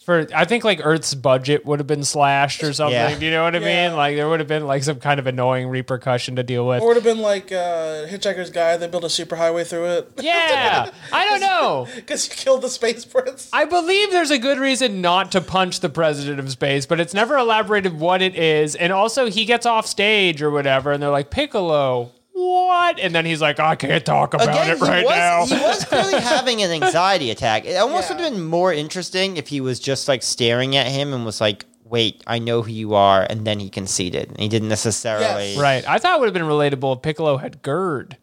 S2: for I think like Earth's budget would have been slashed or something.
S4: Yeah.
S2: Do you know what I
S3: Yeah.
S2: mean? Like there would have been like some kind of annoying repercussion to deal with.
S3: Or would have been like uh, Hitchhiker's Guide. They built a superhighway through it
S2: yeah, I don't know.
S3: because you killed the space prince.
S2: I believe there's a good reason not to punch the president of space, but it's never elaborated what it is. And also, he gets off stage or whatever, and they're like, Piccolo, what? And then he's like, I can't talk about
S4: Again,
S2: it right
S4: he, was,
S2: now.
S4: he was clearly having an anxiety attack. It almost
S3: Yeah.
S4: would have been more interesting if he was just like staring at him and was like, "Wait, I know who you are," and then he conceded. And he didn't necessarily.
S3: Yes.
S2: Right. I thought it would have been relatable if Piccolo had GERD.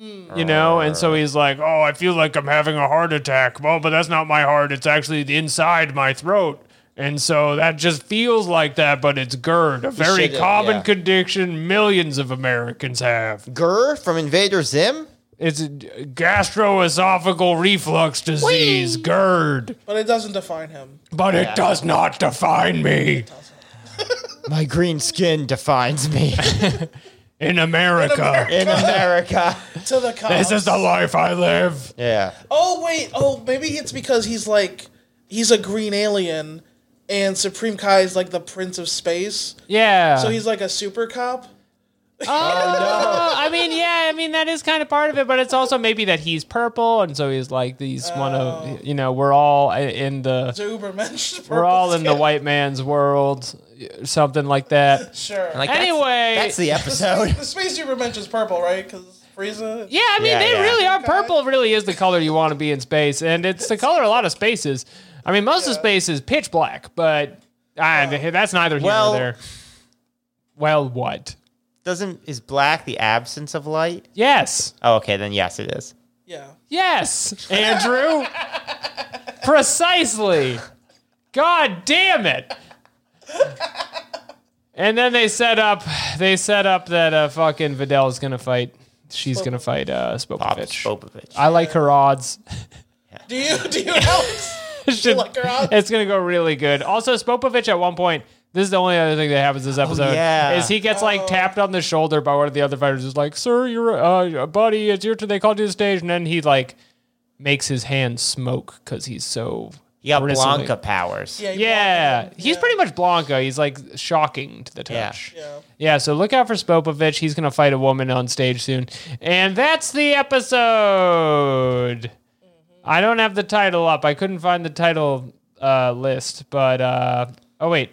S2: You know, and so he's like, "Oh, I feel like I'm having a heart attack." Well, but that's not my heart; it's actually the inside my throat, and so that just feels like that. But it's GERD, a very
S4: should've-
S2: common
S4: yeah.
S2: condition millions of Americans have.
S4: Gurr from Invader Zim.
S2: It's a gastroesophageal reflux disease, GERD,
S3: But it doesn't define him.
S2: but it does not define me.
S4: My green skin defines me
S2: In America,
S4: in America.
S3: To the cops.
S2: this is the life I live.
S4: Yeah.
S3: oh wait. Oh, maybe it's because he's like he's a green alien, and Supreme Kai is like the prince of space.
S2: Yeah.
S3: So he's like a super cop.
S2: Oh, I mean, yeah, I mean that is kind of part of it, but it's also maybe that he's purple, and so he's like these one
S4: Oh.
S2: of you know we're all i- in the
S3: The Ubermensch.
S2: we're all in the white man's world, something like that.
S3: Sure.
S4: Like, that's-
S2: Anyway,
S4: that's, the episode.
S3: the space Ubermensch is purple, right? Because Frieza.
S2: yeah, I mean
S4: Yeah, Oh
S2: they
S4: yeah.
S2: really are purple. Really is the color you want to be in space, and it's the color a lot of spaces. I mean, most of space is pitch black, but I, that's neither here
S4: Well-
S2: nor there. Well, what?
S4: Doesn't is black the absence of light?
S2: Yes.
S4: Oh, okay, then yes, it is.
S3: Yeah.
S2: Yes, Andrew. Precisely. God damn it. And then they set up they set up that uh, fucking Videl is gonna fight. She's gonna fight uh Spopovich.
S4: Popovich.
S2: I like her odds.
S3: Do you do you Alex?
S2: Should-
S3: like her odds?
S2: it's gonna go really good. Also, Spopovich at one point. This is the only other thing that happens
S3: Oh,
S2: this episode.
S4: yeah.
S2: Is he gets like tapped on the shoulder by one of the other fighters? Is like, sir, you're uh, buddy. It's your turn. They called you to the stage, and then he like makes his hand smoke because he's so
S4: He got
S2: bristly.
S4: Blanca powers.
S3: Yeah. he
S2: Yeah,
S3: blocked him.
S2: he's
S3: Yeah.
S2: pretty much Blanca. He's like shocking to the touch.
S3: Yeah.
S2: Yeah, so look out for Spopovich. He's going to fight a woman on stage soon. And that's the episode. I don't have the title up. I couldn't find the title uh, list, but uh, oh wait,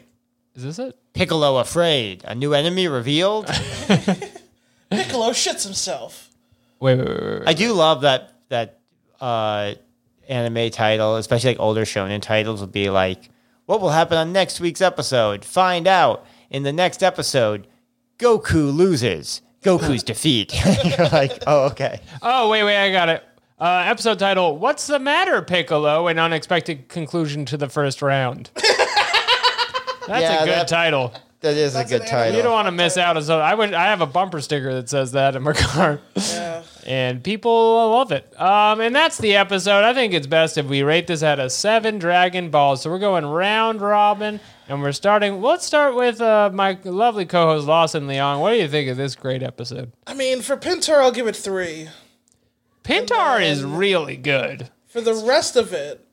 S2: is this it?
S4: Piccolo afraid. A new enemy revealed.
S3: Piccolo shits himself.
S2: Wait, wait, wait, wait. wait.
S4: I do love that that uh, anime title, especially like older shonen titles, will be like, "What will happen on next week's episode? Find out in the next episode." Goku loses. Goku's defeat. You're like, oh okay.
S2: Oh wait, wait, I got it. Uh, episode title: What's the matter, Piccolo? An unexpected conclusion to the first round. That's
S4: Yeah,
S2: a good
S4: that-
S2: title.
S4: That is
S3: That's
S4: a good
S3: an anime.
S4: title.
S2: You don't want to miss out on something. I would. I have a bumper sticker that says that in my car,
S3: Yeah.
S2: and people love it. Um, and that's the episode. I think it's best if we rate this at a seven Dragon Balls. So we're going round robin, and we're starting. Let's start with uh, my lovely co-host Lawson Leong. What do you think of this great episode?
S3: I mean, for Pintar, I'll give it three.
S2: Pintar is really good.
S3: For the rest of it,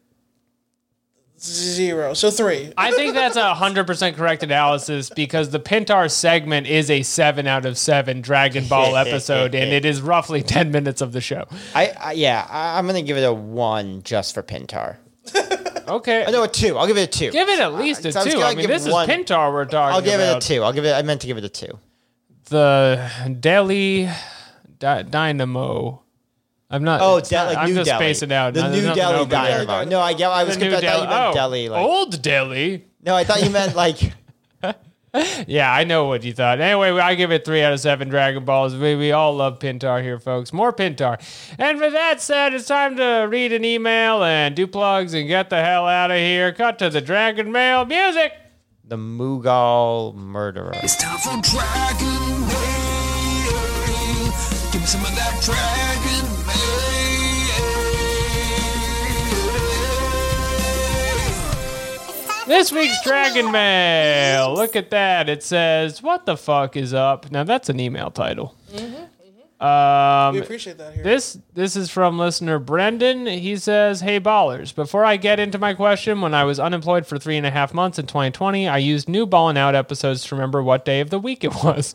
S3: zero. So three.
S2: I think that's a hundred percent correct analysis because the Pintar segment is a seven out of seven Dragon Ball episode, and it is roughly ten minutes of the show.
S4: I, I yeah, I, I'm gonna give it a one just for Pintar. Oh,
S2: Okay,
S4: No, a two. I'll give it a two.
S2: Give it at least a
S4: Uh, so I was
S2: two.
S4: gonna
S2: I mean,
S4: give
S2: this is
S4: one-
S2: Pintar we're talking
S4: I'll give it a
S2: about.
S4: two. I'll give it. I meant to give it a two.
S2: The Delhi Dy- Dynamo. I'm not.
S4: Oh,
S2: it's
S4: De-
S2: not-
S4: like
S2: I'm
S4: New
S2: just
S4: Delhi.
S2: spacing out.
S4: The
S2: No, there's
S4: New
S2: nothing
S4: Delhi
S2: over there.
S4: Dynamo. No, I, I was
S2: New
S4: confused. I thought you meant
S2: oh,
S4: Delhi. Like,
S2: old Delhi.
S4: No, I thought you meant like.
S2: Yeah, I know what you thought. Anyway, I give it three out of seven Dragon Balls. We, we all love Pintar here, folks. More Pintar. And with that said, it's time to read an email and do plugs and get the hell out of here. Cut to the Dragon Mail music.
S4: The Mughal Murderer.
S5: It's time for Dragon Mail. Give me some of that Dragon Mail.
S2: This week's Dragon Mail. Look at that. It says, What the fuck is up? Now, that's an email title. Um,
S3: We appreciate that here.
S2: this this is from listener Brendan. He says, "Hey ballers, before I get into my question, when I was unemployed for three and a half months in 2020, I used new ballin' out episodes to remember what day of the week it was.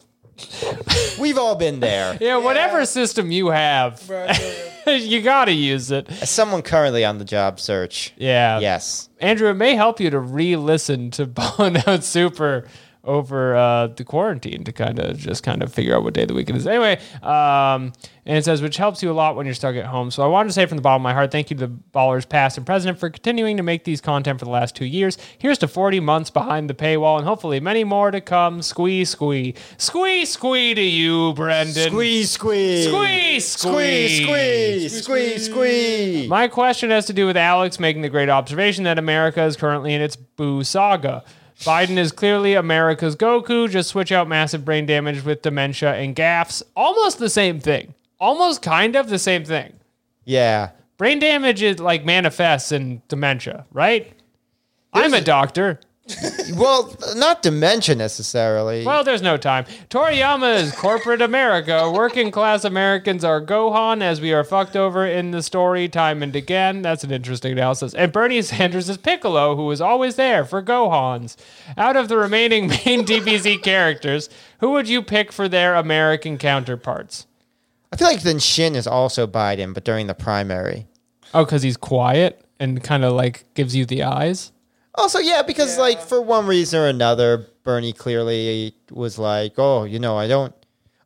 S4: We've all been there.
S2: Yeah, whatever system you have,
S3: Bro, I feel you.
S2: you gotta use it.
S4: As someone currently on the job search.
S2: Yeah,
S4: Yes.
S2: Andrew, it may help you to re-listen to Ballin' Out Super over uh, the quarantine to kind of just kind of figure out what day of the week it is. Anyway, um, and it says which helps you a lot when you're stuck at home. So I wanted to say from the bottom of my heart, thank you to the ballers past and present for continuing to make these content for the last two years. Here's to 40 months behind the paywall and hopefully many more to come. Squee squee squee squee to you, Brendan.
S4: Squeeze, squeeze.
S2: squeeze,
S4: Squeeze,
S2: squeeze,
S4: squeeze, squeeze, squeeze.
S2: my question has to do with Alex making the great observation that America is currently in its boo saga. Biden is clearly America's Goku, just switch out massive brain damage with dementia and gaffs. Almost the same thing. Almost kind of the same thing.
S4: Yeah.
S2: Brain damage is like manifests in dementia, right? I'm a doctor.
S4: Well, not dementia necessarily.
S2: Well, there's no time. Toriyama is corporate America. Working class Americans are Gohan as we are fucked over in the story time and again. That's an interesting analysis. And Bernie Sanders is Piccolo, who is always there for Gohans. Out of the remaining main DBZ characters, who would you pick for their American counterparts?
S4: I feel like then Shin is also Biden, but during the primary.
S2: Oh, because he's quiet and kind of like gives you the eyes.
S4: Also, yeah, because like for one reason or another, Bernie clearly was like, "Oh, you know, I don't."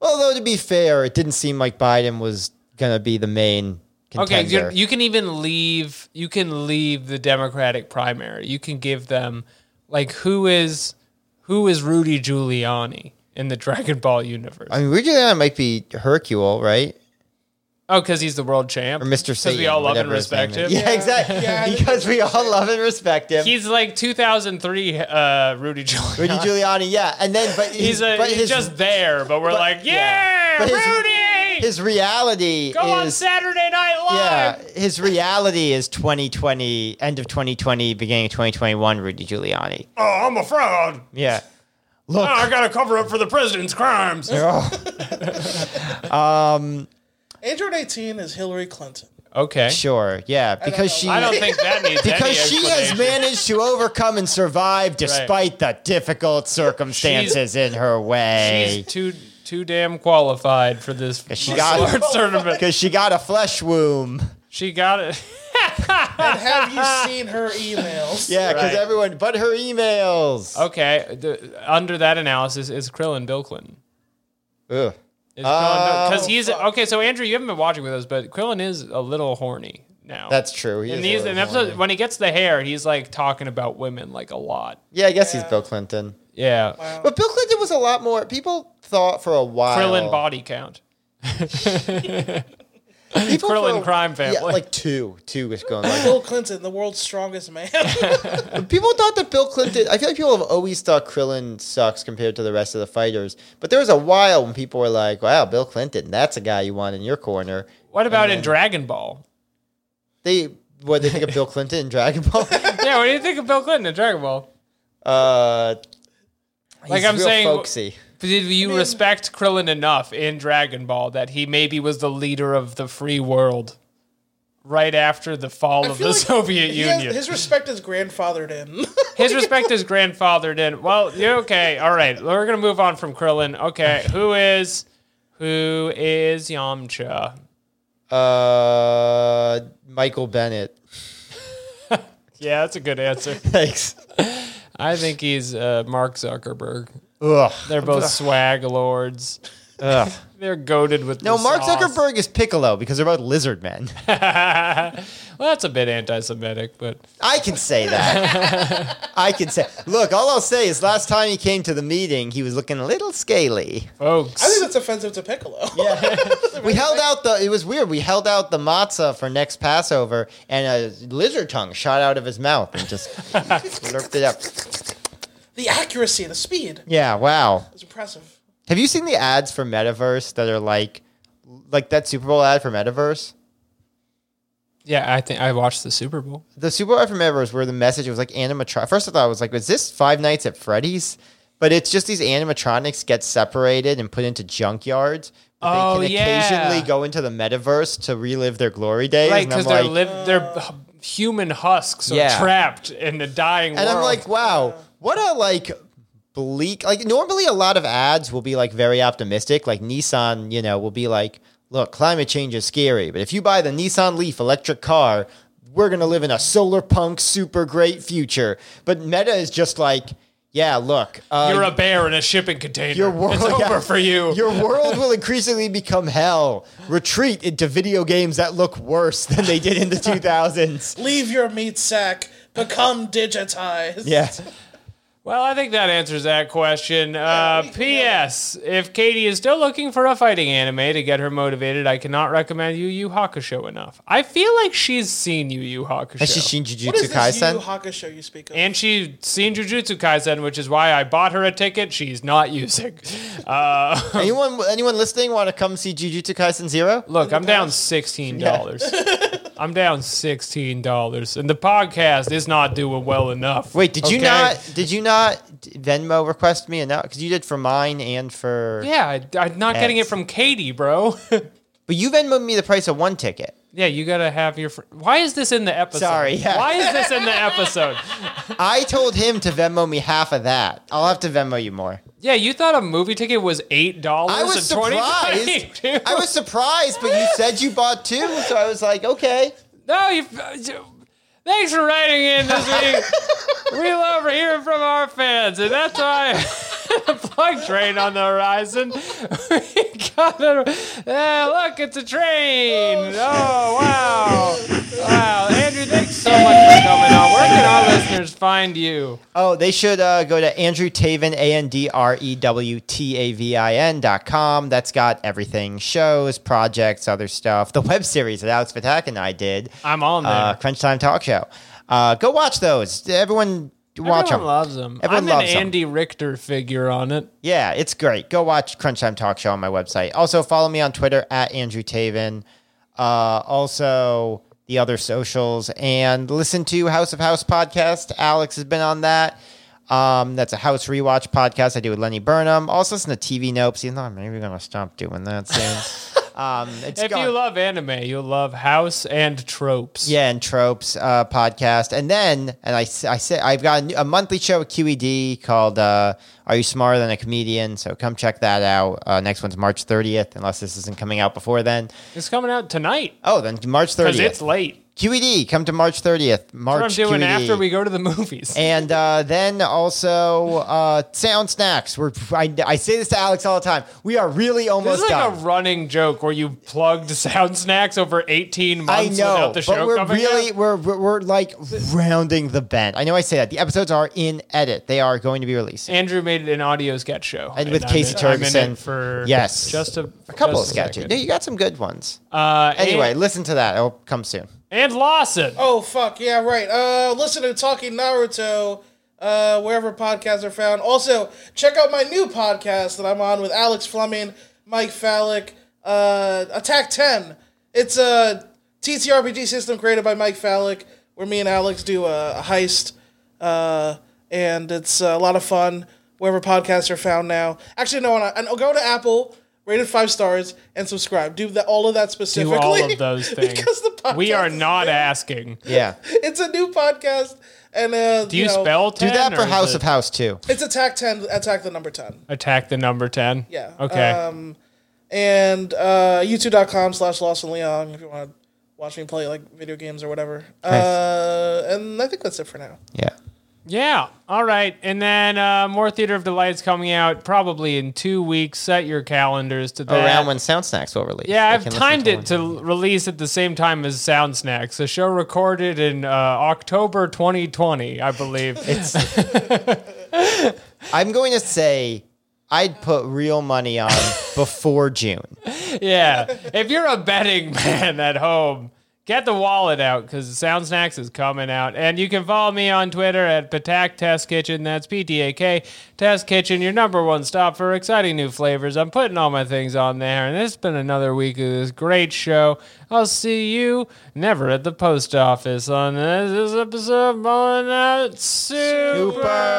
S4: Although to be fair, it didn't seem like Biden was gonna be the main
S2: Okay,
S4: contender.
S2: you you can even leave. You can leave the Democratic primary. You can give them like who is who is Rudy Giuliani in the Dragon Ball universe?
S4: I mean, Rudy Giuliani might be Hercule, right?
S2: oh, because he's the world champ
S4: Or Mr. Satan.
S2: we all love and
S4: whatever his
S2: respect
S4: name
S2: him.
S4: is. Yeah, exactly.
S3: Yeah, I think
S4: because we all love and respect him.
S2: He's like 2003 uh, Rudy Giuliani.
S4: Rudy Giuliani, yeah, and then but
S2: he's a,
S4: but
S2: he's
S4: his,
S2: just there, but we're
S4: but-
S2: like,
S4: yeah.
S2: yeah,
S4: But his-
S2: Rudy,
S4: his reality
S2: go on
S4: is
S2: Saturday Night Live.
S4: yeah, his reality is 2020, end of 2020, beginning of 2021. Rudy Giuliani.
S2: Oh, I'm a fraud.
S4: Yeah, look, Oh,
S2: Oh, I gotta cover up for the president's crimes.
S3: Android 18 is Hillary Clinton.
S2: Okay,
S4: Sure, yeah, because she
S2: I don't think that needs any
S4: because she has
S2: explanation.
S4: managed to overcome and survive despite the difficult circumstances in her way.
S2: She's too too damn qualified for this
S4: she
S2: martial
S4: got-
S2: arts tournament.
S4: Because she got a flesh womb.
S2: She got it.
S3: And have you seen her emails?
S4: Yeah, because
S2: Right.
S4: everyone but her emails.
S2: Okay, the, under that analysis is Krillin Bill Clinton. Oh.
S4: Ugh. Oh,
S2: Because he's okay. So Andrew, you haven't been watching with us, but Krillin is a little horny now.
S4: That's true. He
S2: in
S4: is
S2: these
S4: a
S2: in
S4: little
S2: episodes
S4: horny.
S2: when he gets the hair, he's like talking about women like a lot.
S4: Yeah, I guess he's
S3: Yeah.
S4: Bill Clinton.
S2: Yeah,
S4: But Bill Clinton was a lot more. People thought for a while.
S2: Krillin body count.
S4: people for a-
S2: Krillin crime
S4: Yeah,
S2: family.
S4: like two, two was going like
S3: Bill Clinton, the world's strongest man.
S4: People thought that Bill Clinton. I feel like people have always thought Krillin sucks compared to the rest of the fighters. But there was a while when people were like, "Wow, Bill Clinton, that's a guy you want in your corner."
S2: what about in Dragon Ball?
S4: They what they think of Bill Clinton in Dragon Ball.
S2: yeah, what do you think of Bill Clinton in Dragon Ball?
S4: Uh,
S2: Like
S4: he's
S2: I'm
S4: real
S2: saying-
S4: folksy.
S2: But Did you respect Krillin enough in Dragon Ball that he maybe was the leader of the free world right after the fall of the Soviet
S3: he has-
S2: Union?
S3: his
S2: his,
S3: respect is grandfathered in.
S2: respect is grandfathered in. Well, you're okay. All right. We're going to move on from Krillin. Okay. Who is. Who is Yamcha?
S4: Uh, Michael Bennett.
S2: Yeah, that's a good answer.
S4: Thanks.
S2: I think he's uh, Mark Zuckerberg.
S4: Ugh.
S2: They're both swag lords.
S4: Ugh.
S2: They're goaded with
S4: No,
S2: the
S4: Mark
S2: sauce.
S4: Zuckerberg is Piccolo because they're both lizard men.
S2: Well, that's a bit anti-Semitic, but
S4: I can say that. I can say. Look, all I'll say is last time he came to the meeting, he was looking a little scaly.
S2: folks.
S3: I think that's offensive to Piccolo.
S4: We held out the. It was weird. We held out the matzah for next Passover, and a lizard tongue shot out of his mouth and just slurped it up.
S3: The accuracy, the speed
S4: Yeah, wow.
S3: is impressive.
S4: Have you seen the ads for Metaverse that are like, like that Super Bowl ad for Metaverse?
S2: Yeah, I think I watched the Super Bowl.
S4: The Super Bowl ad for Metaverse, where the message was like animatronic. First, I thought it was like, was this Five Nights at Freddy's? But it's just these animatronics get separated and put into junkyards
S2: Oh,
S4: they can
S2: yeah.
S4: occasionally go into the metaverse to relive their glory days.
S2: Like
S4: and I'm
S2: because they're
S4: like-
S2: liv- they're h- human husks are
S4: Yeah.
S2: trapped in the dying
S4: and
S2: world.
S4: I'm like, wow, what a like bleak. Like normally, a lot of ads will be like very optimistic. Like Nissan, you know, will be like, look, climate change is scary, but if you buy the Nissan Leaf electric car, we're gonna live in a solar punk super great future. But Meta is just like, yeah, look, uh,
S2: you're a bear in a shipping container.
S4: your world
S2: it's over
S4: yeah.
S2: for you.
S4: Your world will increasingly become hell. Retreat into video games that look worse than they did in the 2000s.
S3: Leave your meat sack. Become digitized.
S4: Yeah.
S2: Well, I think that answers that question. Uh,
S3: we- yeah.
S2: P.S. If Katie is still looking for a fighting anime to get her motivated, I cannot recommend Yu Yu Hakusho enough. I feel like she's seen Yu Yu Hakusho.
S4: Has she seen Jujutsu
S3: What is this Yu Yu
S4: Kaisen?
S3: Hakusho you speak of?
S2: and she's seen Jujutsu Kaisen, which is why I bought her a ticket she's not using. Uh,
S4: Anyone anyone listening want to come see Jujutsu Kaisen Zero?
S2: look, I'm down $16. I'm down $16. And the podcast is not doing well enough.
S4: Wait, did you
S2: okay?
S4: not did you not Venmo request me enough? Because you did for mine and for
S2: Yeah, I, I'm not getting it
S4: Yes.
S2: from Katie, bro.
S4: But you Venmoed me the price of one ticket.
S2: Yeah, you gotta have your. Fr- Why is this in the episode?
S4: Sorry, yeah.
S2: Why is this in the episode?
S4: I told him to Venmo me half of that. I'll have to Venmo you more.
S2: Yeah, you thought a movie ticket was eight dollars.
S4: I was surprised. I was surprised, but you said you bought two, so I was like, okay.
S2: No, you. Thanks for writing in this week. we love hearing from our fans, and that's why the plug train on the horizon. we got a, yeah, look, it's a train. Oh wow, wow, Andrew, thanks so much for coming on. Where can our listeners find you?
S4: Oh, they should uh, go to Andrew Taven, A N D R E W T A V I N dot com. That's got everything shows, projects, other stuff. The web series that Alex Patak and I did,
S2: I'm on there.
S4: uh, Crunch Time Talk Show. Uh, go watch those. Everyone watch
S2: Everyone
S4: them.
S2: loves him.
S4: Everyone
S2: I'm
S4: loves
S2: an
S4: 'em.
S2: Andy Richter figure on it.
S4: Yeah, it's great. Go watch Crunch Time Talk Show on my website. Also, follow me on Twitter at Andrew Taven. Uh, also, the other socials and listen to House of House podcast. Alex has been on that. Um, that's a house rewatch podcast I do with Lenny Burnham. Also, listen to TV Nopes. You know, I'm maybe going to stop doing that soon. um, it's
S2: If
S4: gone-
S2: you love anime, you'll love House and Tropes.
S4: yeah, and tropes uh, podcast, and then and I s- I say I've got a, new- a monthly show with QED called uh, "Are You Smarter Than a Comedian?" So come check that out. Uh, next one's March 30th, unless this isn't coming out before then.
S2: It's coming out tonight
S4: Oh, then March
S2: because it's
S4: 30th.
S2: late.
S4: QED, come to March 30th.
S2: That's what
S4: March
S2: I'm doing
S4: QED.
S2: after we go to the movies.
S4: And uh, then also uh, sound snacks. We're I, I say this to Alex all the time. We are really
S2: This
S4: almost
S2: is like
S4: done.
S2: a running joke where you plugged Sound Snacks over 18 months
S4: I know,
S2: without the show
S4: but we're
S2: coming
S4: really
S2: out.
S4: we're, we're we're like rounding the bend. I know I say that the episodes are in edit; they are going to be released.
S2: Andrew made an audio sketch show
S4: And with
S2: I'm
S4: Casey
S2: in- I'm in
S4: Ferguson.
S2: it for
S4: Yes.
S2: just a,
S4: a couple
S2: just
S4: of
S2: a
S4: sketches.
S2: second.
S4: Yeah, you got some good ones.
S2: Uh,
S4: anyway,
S2: and,
S4: listen to that. It'll come soon.
S2: and Lawson.
S3: Oh fuck yeah, right. Uh, listen to Talking Naruto, uh, wherever podcasts are found. Also, check out my new podcast that I'm on with Alex Fleming, Mike Fallick, uh, Attack Ten. It's a TTRPG system created by Mike Fallick, where me and Alex do a, a heist, uh, and it's a lot of fun. Wherever podcasts are found now. Actually, no, and I- and go to Apple. Rated five stars and subscribe. Do that all of that
S2: Do
S3: specifically.
S2: all of those things.
S3: because the podcast
S2: we are
S3: is
S2: not asking.
S4: Yeah,
S3: it's a new podcast, and uh,
S2: Do you,
S3: know,
S2: spell 10?
S4: do that for
S2: or is
S4: House
S2: it-
S4: of House too.
S3: It's attack ten, attack the number ten.
S2: Attack the number 10?
S3: Yeah.
S2: Okay.
S3: Um, and uh, youtube.com slash Lawson Leong if you want to watch me play like video games or whatever. Uh, and I think that's it for now.
S4: Yeah,
S2: Yeah. All right. And then uh, more Theater of Delight's coming out probably in two weeks. Set your calendars to that.
S4: around when Sound Snacks will release.
S2: yeah,
S4: They
S2: I've
S4: can listen
S2: timed
S4: one.
S2: it to l- release at the same time as Sound Snacks, a show recorded in uh, October 2020, I believe.
S4: I'm going to say I'd put real money on before June.
S2: yeah. If you're a betting man at home, get the wallet out because Sound Snacks is coming out. And you can follow me on Twitter at Patak Test Kitchen. That's P T A K Test Kitchen, your number one stop for exciting new flavors. I'm putting all my things on there. And it's been another week of this great show. I'll see you never at the post office on this episode of Ballin' Out Super.